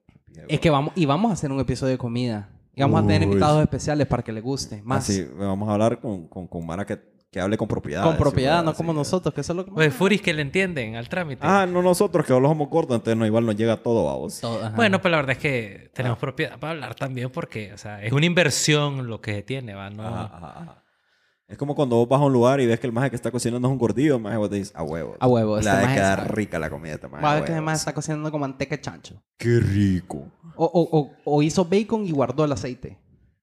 C: Es que vamos, y vamos a hacer un episodio de comida. Y vamos a tener
B: Uy. Ah,
C: invitados especiales para que les guste. Más
B: Así, vamos a hablar con, con, con Mara que, que hable con propiedad.
C: con propiedad,
B: Ah, sí,
C: no
B: sí.
C: como nosotros, que eso es lo que
A: Pues furis que le entienden al trámite.
B: Ah, no nosotros, que hablamos corto, entonces no, igual nos llega todo a vos.
C: Todo, ajá. Ah.
A: Bueno, pues la verdad es que tenemos propiedad para hablar también porque, o sea, es una inversión lo que se tiene, ¿va? No,
C: Ah.
B: Ajá, ajá, ajá. Es como cuando vos vas a un lugar y ves que el maje que está cocinando es un gordillo, maje, vos te dices, a huevo.
C: A huevo,
B: Le
C: este
B: ha de
C: maje
B: quedar
C: sabe.
B: rica la comida de este maje.
C: va a ver que
B: huevos.
C: además está cocinando con manteca de chancho.
B: Qué rico.
C: O, o- o- o hizo bacon y guardó el aceite.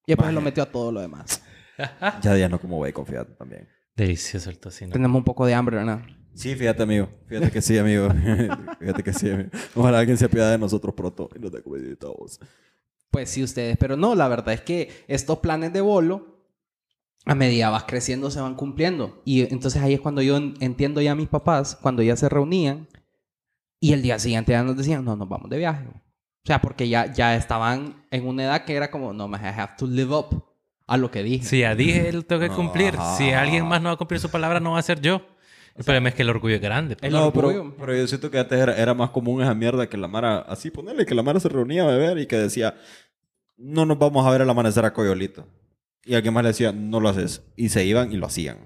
C: Y después
B: Maje.
C: lo metió a todo lo demás. Ah.
B: Ya días no como bacon, fíjate también.
A: Delicioso el tocino.
C: Tenemos un poco de hambre, ¿verdad?
B: Sí, fíjate, amigo. Fíjate que sí, amigo. fíjate que sí, amigo. Ojalá alguien se apiade de nosotros pronto y nos dé comidita a vos.
C: Pues sí, ustedes. Pero no, la verdad es que estos planes de bolo a medida vas creciendo se van cumpliendo. Y entonces ahí es cuando yo en- entiendo ya a mis papás, cuando ya se reunían y el día siguiente ya nos decían, no, nos vamos de viaje. O sea, porque ya, ya estaban en una edad que era como, no, más I have to live up a lo que dije.
A: Si ya dije, lo tengo que cumplir.
C: Ah.
B: Ajá.
A: Si alguien más no va a cumplir su palabra, no va a ser yo. El problema es que el orgullo es grande. pues.
C: El
B: no,
C: orgullo.
B: pero, pero yo siento que antes era, era más común esa mierda que la Mara, así ponerle que la Mara se reunía a beber y que decía, no nos vamos a ver al amanecer a Coyolito. Y alguien más le decía, no lo haces. Y se iban y lo hacían.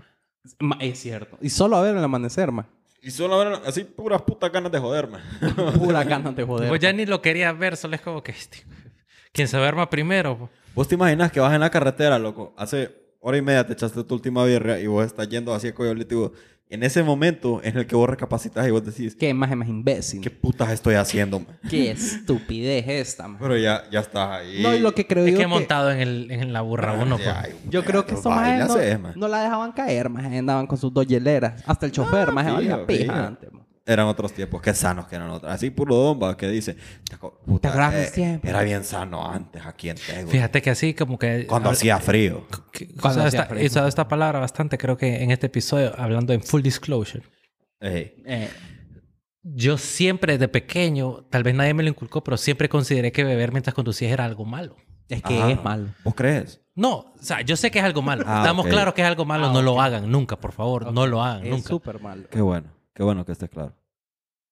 C: Ma- Es cierto. Y solo a ver el amanecer, más.
B: Y solo eran así puras putas ganas de joderme.
C: Pura ganas de joder.
A: Pues ya ni lo quería ver, solo es como que... este, Quien se duerma primero. po.
B: ¿Vos te imaginas que vas en la carretera, loco? Hace hora y media te echaste tu última birria y vos estás yendo hacia Coyolito y vos- en ese momento en el que vos recapacitas y vos decís,
C: Qué imagen más imbécil.
B: ¿qué
C: Qué,
B: putas estoy haciendo? man?"
C: estupidez esta, ma.
B: Pero ya, ya estás ahí.
C: No, y lo que creo
A: Es
C: yo
A: que he
C: que- Ah,
A: montado en, el, en la burra uno. pues. po.
B: Ay,
C: Yo creo que
B: pero
C: estos majes
B: baila,
C: no,
B: se es, man.
C: no la dejaban caer, más andaban con sus dos hieleras.
B: Ah,
C: Hasta el chofer, más
B: fijo,
C: valía pija
B: fijo.
C: antes, ma.
B: Eran otros tiempos, qué sanos que eran otros. Así puro domba que dice, "Te acu- puta, eh,
C: acuerdas de los tiempos?"
B: Era bien sano antes aquí en Tego.
A: Fíjate que así como que...
B: Cuando
A: hab-
B: hacía frío.
A: que- he
C: Cuando
A: usado
C: hacía
A: esta-
C: frío.
A: he usado esta palabra bastante, creo que en este episodio, hablando en full disclosure.
B: Ey.
C: Eh,
A: Yo siempre de pequeño, tal vez nadie me lo inculcó, pero siempre consideré que beber mientras conducías era algo malo.
C: es que
B: Ajá.
C: es malo.
B: ¿Vos crees?
A: No, o sea, yo sé que es algo malo.
B: Ah,
A: Estamos
B: ok.
A: claros que es algo malo.
C: Ah,
A: no
C: ok.
A: lo hagan nunca, por favor. No lo hagan
C: Es
A: nunca.
C: súper malo.
B: Qué bueno, qué bueno que estés claro.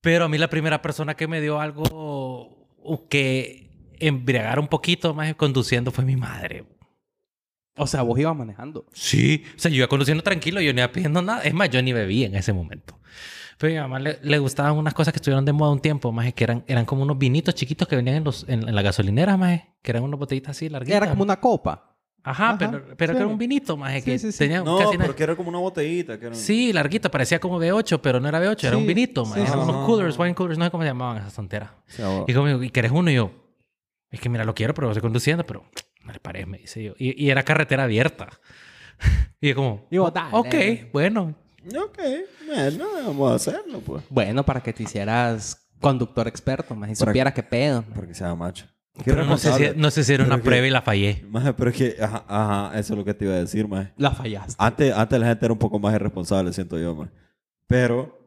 A: Pero a mí la primera persona que me dio algo o que embriagara un poquito más conduciendo fue mi madre.
C: O sea, vos ibas manejando.
A: Sí. O sea, yo iba conduciendo tranquilo, yo no iba pidiendo nada. Es más, yo ni bebía en ese momento. Pero a mi mamá le, le gustaban unas cosas que estuvieron de moda un tiempo, más que eran, eran como unos vinitos chiquitos que venían en, los, en, en las gasolineras, más que eran unas botellitas así larguitas.
C: Era como una copa.
A: Ajá,
C: Ajá,
A: pero, pero
C: sí.
A: que era un vinito, más
C: Sí,
A: que
C: sí, sí.
A: tenía
B: No,
A: casi nada.
B: porque era como una botellita. Que era un-
A: Sí, larguito, parecía como B8, pero no era B8, era
C: Sí,
A: un vinito, man.
C: sí,
A: Eran
B: sí,
A: unos
B: sí.
A: coolers, wine coolers, no sé cómo se llamaban esas tonteras.
B: O sea, vos-
A: Y conmigo, ¿y querés uno? Y yo, es que mira, lo quiero, pero estoy conduciendo, pero no le pares, me dice yo. Y, y era carretera abierta. y yo como,
C: Y vos, dale.
A: ok, bueno.
B: Ok, bueno, vamos a hacerlo, pues.
C: Bueno, para que te hicieras conductor experto, más y
B: Para-
C: supieras qué pedo. ma.
B: Porque sea macho. Qué
A: Pero no sé, si,
B: responsable.
A: no sé si era
B: Pero
A: una
B: que-
A: prueba y la fallé.
B: Maje, pero es que, ajá, ajá, eso es lo que te iba a decir, maje.
C: La fallaste.
B: Antes, antes la gente era un poco más irresponsable, siento yo, maje. Pero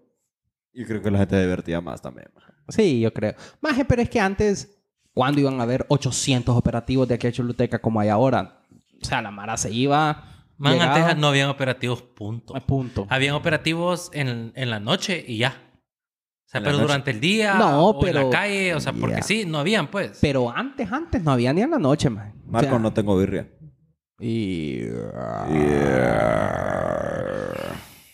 B: yo creo que la gente se divertía más también, maje.
C: Sí, yo creo. Maje, pero es que antes, cuando iban a haber 800 operativos de aquí a Choluteca como hay ahora? O sea, la Mara se iba.
A: Man,
C: llegaba, Ah,
A: antes no habían operativos, punto.
C: a Punto.
A: Habían operativos en, en la noche y ya. O sea,
B: En la
A: pero
B: noche.
A: durante el día
C: No,
A: o en
C: pero-
A: la calle, o sea, porque
C: Ya.
A: sí, no habían, pues.
C: Pero antes, antes no había ni en la noche, man.
B: Marco, no tengo birria.
C: Y...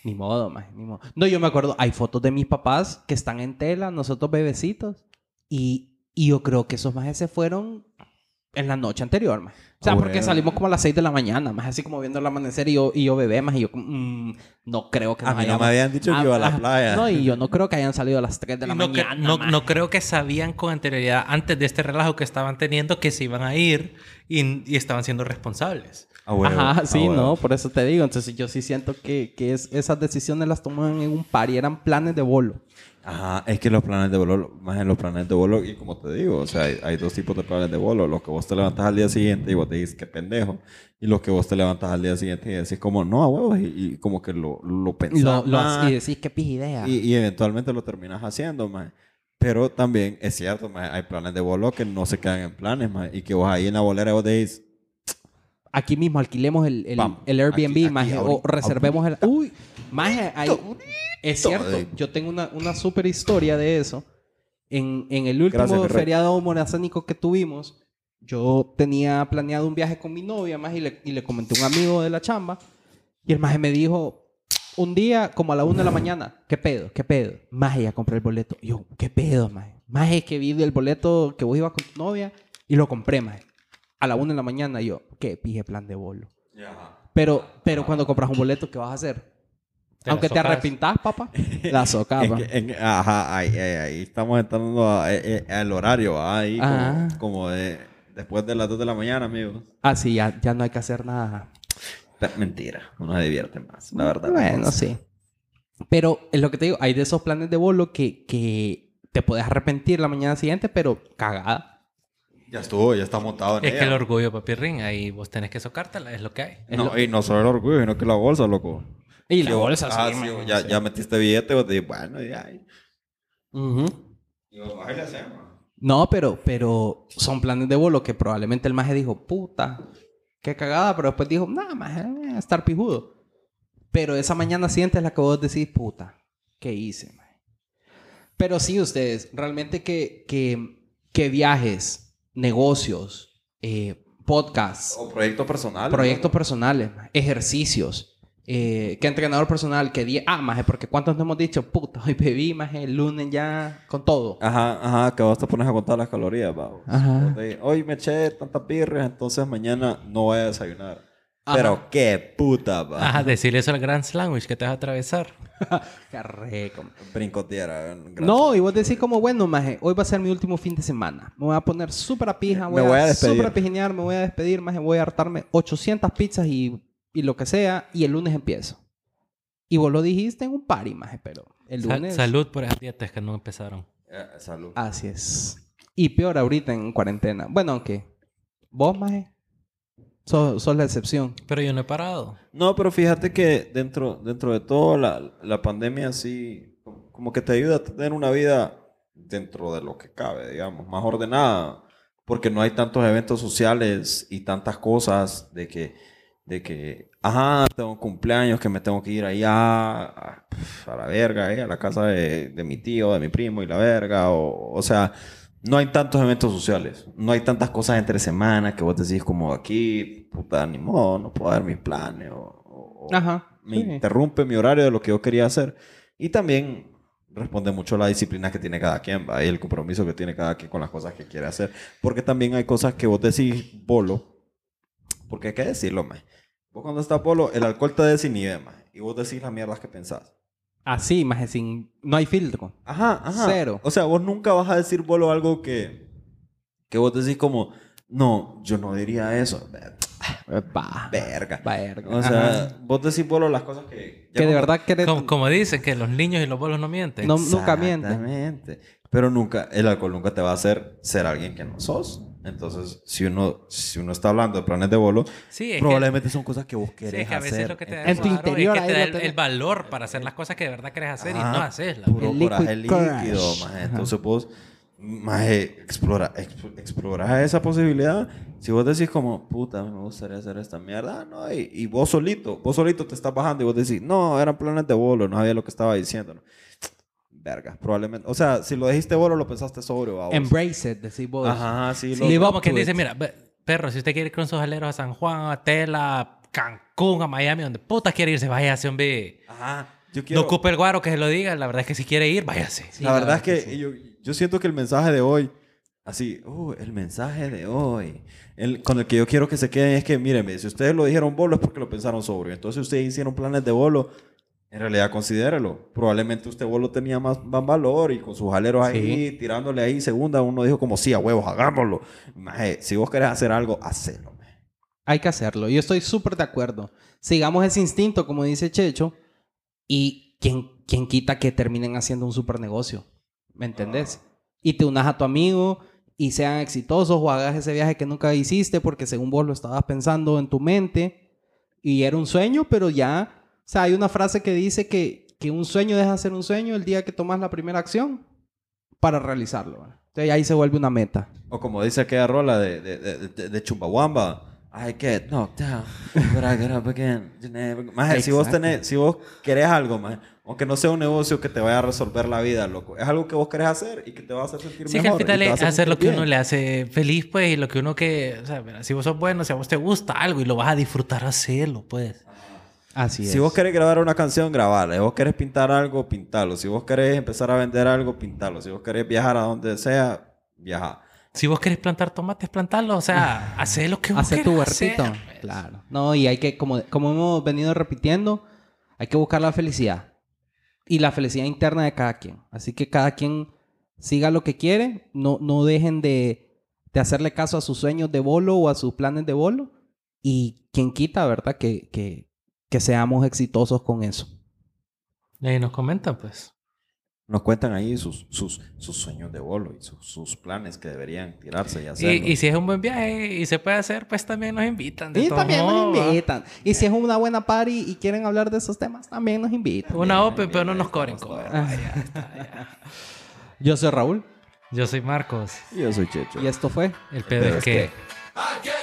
C: Ni modo, man, ni modo. No, yo me acuerdo, hay fotos de mis papás que están en tela, nosotros bebecitos, y, y yo creo que esos majes se fueron en la noche anterior, más. O sea,
B: Ah,
C: porque
B: bueno.
C: salimos como a las 6 de la mañana, más así como viendo el amanecer y yo, y yo bebé, más y yo como, "Mm, no creo que
B: A
C: nos
B: mí no
C: hayamos-
B: me habían dicho que iba a la
C: Ah, ah,
B: playa.
C: No, y yo no creo que hayan salido a las 3 de
A: Y
C: la
A: no, cre-
C: mañana.
A: no,
C: maje.
A: no creo que sabían con anterioridad, antes de este relajo que estaban teniendo, que se iban a ir y, y estaban siendo responsables.
B: A huevo,
C: Ajá,
B: a
C: sí,
B: huevo.
C: no, por eso te digo. Entonces yo sí siento que, que es- esas decisiones las tomaban en un par y eran planes de bolo.
B: Ajá, es que los planes de bolo, más en los planes de bolo, y como te digo, o sea, hay, hay dos tipos de planes de bolo, los que vos te levantas al día siguiente y vos te dices que pendejo, y los que vos te levantas al día siguiente y decís como, no, a huevos, y, y como que lo, lo pensás
C: Lo- lo-
B: más,
C: y decís qué pija idea.
B: y, y eventualmente lo terminas haciendo, más. Pero también es cierto, maje, hay planes de bolo que no se quedan en planes, maje, y que vos ahí en la bolera vos decís,
C: Aquí mismo alquilemos el, el,
B: Vamos,
C: el Airbnb,
B: aquí, aquí,
C: maje, o
B: ahorita,
C: reservemos el. Uy, maje, hay- es cierto.
B: eh.
C: Yo tengo una, una super historia de eso. En, en el último
B: Gracias, mi rey.
C: feriado morazánico que tuvimos, yo tenía planeado un viaje con mi novia, más y le, y le comenté a un amigo de la chamba. Y el maje me dijo, un día como a la una de la mañana, ¿qué pedo? ¿Qué pedo? Maje, ya compré el boleto. Y yo, ¿qué pedo, maje? Maje, es que vi el boleto que vos ibas con tu novia y lo compré, maje. A la una de la mañana, y yo, qué pije plan de bolo. Pero, pero cuando compras un boleto, ¿qué vas a hacer?
A: Te la
C: Aunque te
A: socas.
C: arrepintás, papá, la
B: Es
C: socapa.
B: que- en- ajá, ahí, ahí- ahí estamos entrando a- eh, eh, al horario, ¿va? ahí como-
C: Ajá.
B: como, de, después de las 2 de la mañana, amigos.
C: Así Ah, ya, ya no hay que hacer nada.
B: Pe- Mentira, uno se divierte más, la verdad.
C: Bueno,
B: Entonces,
C: sí. Pero es lo que te digo, hay de esos planes de bolo que, que te puedes arrepentir la mañana siguiente, pero cagada.
B: Ya estuvo, ya está montado en
A: Es que el
B: ella.
A: orgullo, papi ring, ahí vos tenés que socártela, es lo que hay.
B: No, y no solo el orgullo, sino que la bolsa, loco.
C: Y
B: Sí,
C: la bolsa,
B: ah,
C: sí,
B: sí,
C: man,
B: ya,
C: sí.
B: ya metiste billete, vos te dices, bueno, ya.
C: Ujú.
B: Y vos vas y le hacemos.
C: No, pero, pero son planes de bolo que probablemente el maje dijo, puta, qué cagada, pero después dijo, nada, maje, voy a estar pijudo. Pero esa mañana siguiente es la que vos decís, puta, ¿qué hice, maje? Pero sí, ustedes, realmente que, que, que viajes, negocios, eh, podcasts,
B: O proyecto personal.
C: proyectos personales, maje, ejercicios. Eh, que entrenador personal, que día. Ah, maje, porque cuántos nos hemos dicho, puta, hoy bebí, maje, el lunes ya, con todo.
B: Ajá, ajá, que vos te pones a contar las calorías, va. vos.
C: Ajá.
B: Vos te dices, Hoy me eché tantas birras, entonces mañana no voy a desayunar.
C: Ajá.
B: Pero qué puta, va.
A: Ajá, decirle eso al Grand Sandwich que te vas a atravesar.
C: Qué rico, maje.
B: Brincoteara. gracias.
C: No, y vos decís como, bueno, maje, hoy va a ser mi último fin de semana. Me voy a poner súper a pija,
B: Me
C: voy,
B: voy
C: a,
B: a despedir.
C: súper a pijinear, me voy a despedir, maje, voy a hartarme 800 pizzas y, y lo que sea, y el lunes empiezo. Y vos lo dijiste en un party, maje, pero el
A: Sa-
C: lunes...
A: salud por esas dietas que no empezaron.
B: Eh, salud.
C: Así es. Y peor ahorita en cuarentena. Bueno, aunque vos, maje, sos, sos la excepción.
A: Pero yo no he parado.
B: No, pero fíjate que dentro, dentro de todo la, la pandemia sí, como que te ayuda a tener una vida dentro de lo que cabe, digamos, más ordenada, porque no hay tantos eventos sociales y tantas cosas de que, de que, ajá, tengo un cumpleaños que me tengo que ir allá a, a la verga, eh, a la casa de, de mi tío, de mi primo y la verga, o, o sea, no hay tantos eventos sociales, no hay tantas cosas entre semanas que vos decís como aquí, puta, ni modo, no puedo dar mis planes o, o-
C: Ajá.
B: me
C: sí.
B: interrumpe mi horario de lo que yo quería hacer. Y también responde mucho a la disciplina que tiene cada quien, ¿va? y el compromiso que tiene cada quien con las cosas que quiere hacer. Porque también hay cosas que vos decís bolo, porque hay que decirlo, más. Vos cuando estás bolo, el alcohol te desinhibe, más. Y vos decís las mierdas que pensás.
C: Así, maje, sin... No hay filtro.
B: Ajá, ajá.
C: Cero.
B: O sea, vos nunca vas a decir bolo algo que, que vos decís como, no, yo no diría eso.
C: Va.
B: Verga.
C: Verga.
B: O sea,
C: Ajá.
B: vos decís bolo las cosas que... ya
C: que de
B: cuando-
C: verdad querés...
A: Como, como dicen que los niños y los bolos no mienten.
C: No, nunca miente.
B: Exactamente. Pero nunca, el alcohol nunca te va a hacer ser alguien que no sos. Entonces, si uno, si uno está hablando de planes de bolo,
A: sí, es que,
B: probablemente son cosas que vos
A: sí,
B: querés
A: es que a veces
B: hacer.
A: lo que te da
C: En tu
A: el varo
C: interior
A: es que te
C: ahí
A: da
C: lo
A: el,
C: tenés.
A: el valor para hacer las cosas que de verdad querés hacer
B: Ajá,
A: y no haces.
B: Puro
C: El
B: coraje
C: liquid courage.
B: líquido, maje.
C: Ajá.
B: Entonces vos, maje, explora, exp- explora esa posibilidad. Si vos decís como, puta, me gustaría hacer esta mierda, ah, no, y, y vos solito, vos solito te estás bajando y vos decís, no, eran planes de bolo, no sabía lo que estaba diciendo. ¿no? Verga, probablemente. O sea, si lo dijiste bolo, lo pensaste sobre, vos.
C: Embrace it, decís vos.
B: Ajá, sí,
C: Sí,
B: loco.
A: Y
C: Live
A: como
C: up
A: quien
C: to
A: dice,
C: it.
A: mira, ve- perro, si usted quiere ir con sus aleros a San Juan, a Tela, a Cancún, a Miami, donde puta quiere irse, váyase, hombre.
B: Ajá, yo quiero...
A: No ocupe el guaro que se lo diga. La verdad es que si quiere ir, váyase.
C: Sí,
B: la verdad es que, yo, yo siento que el mensaje de hoy, así, uh, el mensaje de hoy, el, con el que yo quiero que se queden es que, mírenme, si ustedes lo dijeron bolo es porque lo pensaron sobre. Entonces, si ustedes hicieron planes de bolo, en realidad considérelo. Probablemente usted bolo tenía más, más valor y con sus aleros ahí, tirándole ahí segunda, uno dijo como, sí, a huevos, hagámoslo. Maje, si vos querés hacer algo, hacelo. maje.
C: Hay que hacerlo. Yo estoy súper de acuerdo. Sigamos ese instinto, como dice Checho, y quien, quien quita que terminen haciendo un super negocio. ¿Me entendés? Y te unas a tu amigo y sean exitosos o hagas ese viaje que nunca hiciste porque según vos lo estabas pensando en tu mente y era un sueño, pero ya, o sea, hay una frase que dice que, que un sueño deja de ser un sueño el día que tomas la primera acción para realizarlo. ¿verdad? Entonces ahí se vuelve una meta.
B: O como dice aquella rola de, de, de, de- de Chumbawamba. I get knocked down, but I get up again. You never go-" Maje, si vos
C: Exacto.
B: tenés, si vos querés algo, maje, aunque no sea un negocio que te vaya a resolver la vida, loco. Es algo que vos querés hacer y que te va a hacer sentir
A: Sí, es que al
B: mejor. y
A: final
B: te va a
A: es
B: hacer
A: hacer lo que
B: sentir
A: uno
B: bien.
A: le hace feliz, pues, y lo que uno que... O sea, mira, si vos sos bueno, si a vos te gusta algo y lo vas a disfrutar, hacerlo, pues.
C: Así es.
B: Si vos querés grabar una canción, grabarla. Si vos querés pintar algo, pintalo. Si vos querés empezar a vender algo, pintalo. Si vos querés viajar a donde sea, viaja.
A: Si vos querés plantar tomates, plantarlo. O sea, hacer lo que vos
C: Hacer tu
A: querés
C: huertito.
A: hacer, pues.
C: Claro. No, y hay que, como, como hemos venido repitiendo, hay que buscar la felicidad. Y la felicidad interna de cada quien. Así que cada quien siga lo que quiere. No, no dejen de, de hacerle caso a sus sueños de bolo o a sus planes de bolo. Y quien quita, ¿verdad? Que, que, que seamos exitosos con eso.
A: Y ahí nos comentan, pues.
B: Nos cuentan ahí sus, sus, sus sueños de bolo y sus, sus planes que deberían tirarse y
A: Y,
B: hacerlo.
A: y si es un buen viaje y se puede hacer, pues también nos invitan. de
C: Y
A: todos
C: también nos
A: modos, ¿va?
C: invitan. Y si es una buena party y quieren hablar de esos temas, también nos invitan.
A: Una open, pero no nos cobren. cover. Vaya, está, ya.
C: Yo soy Raúl
A: Yo soy Marcos.
B: Y yo soy Checho.
C: y esto fue
A: El pedo es que...
B: que-
D: ¿Qué?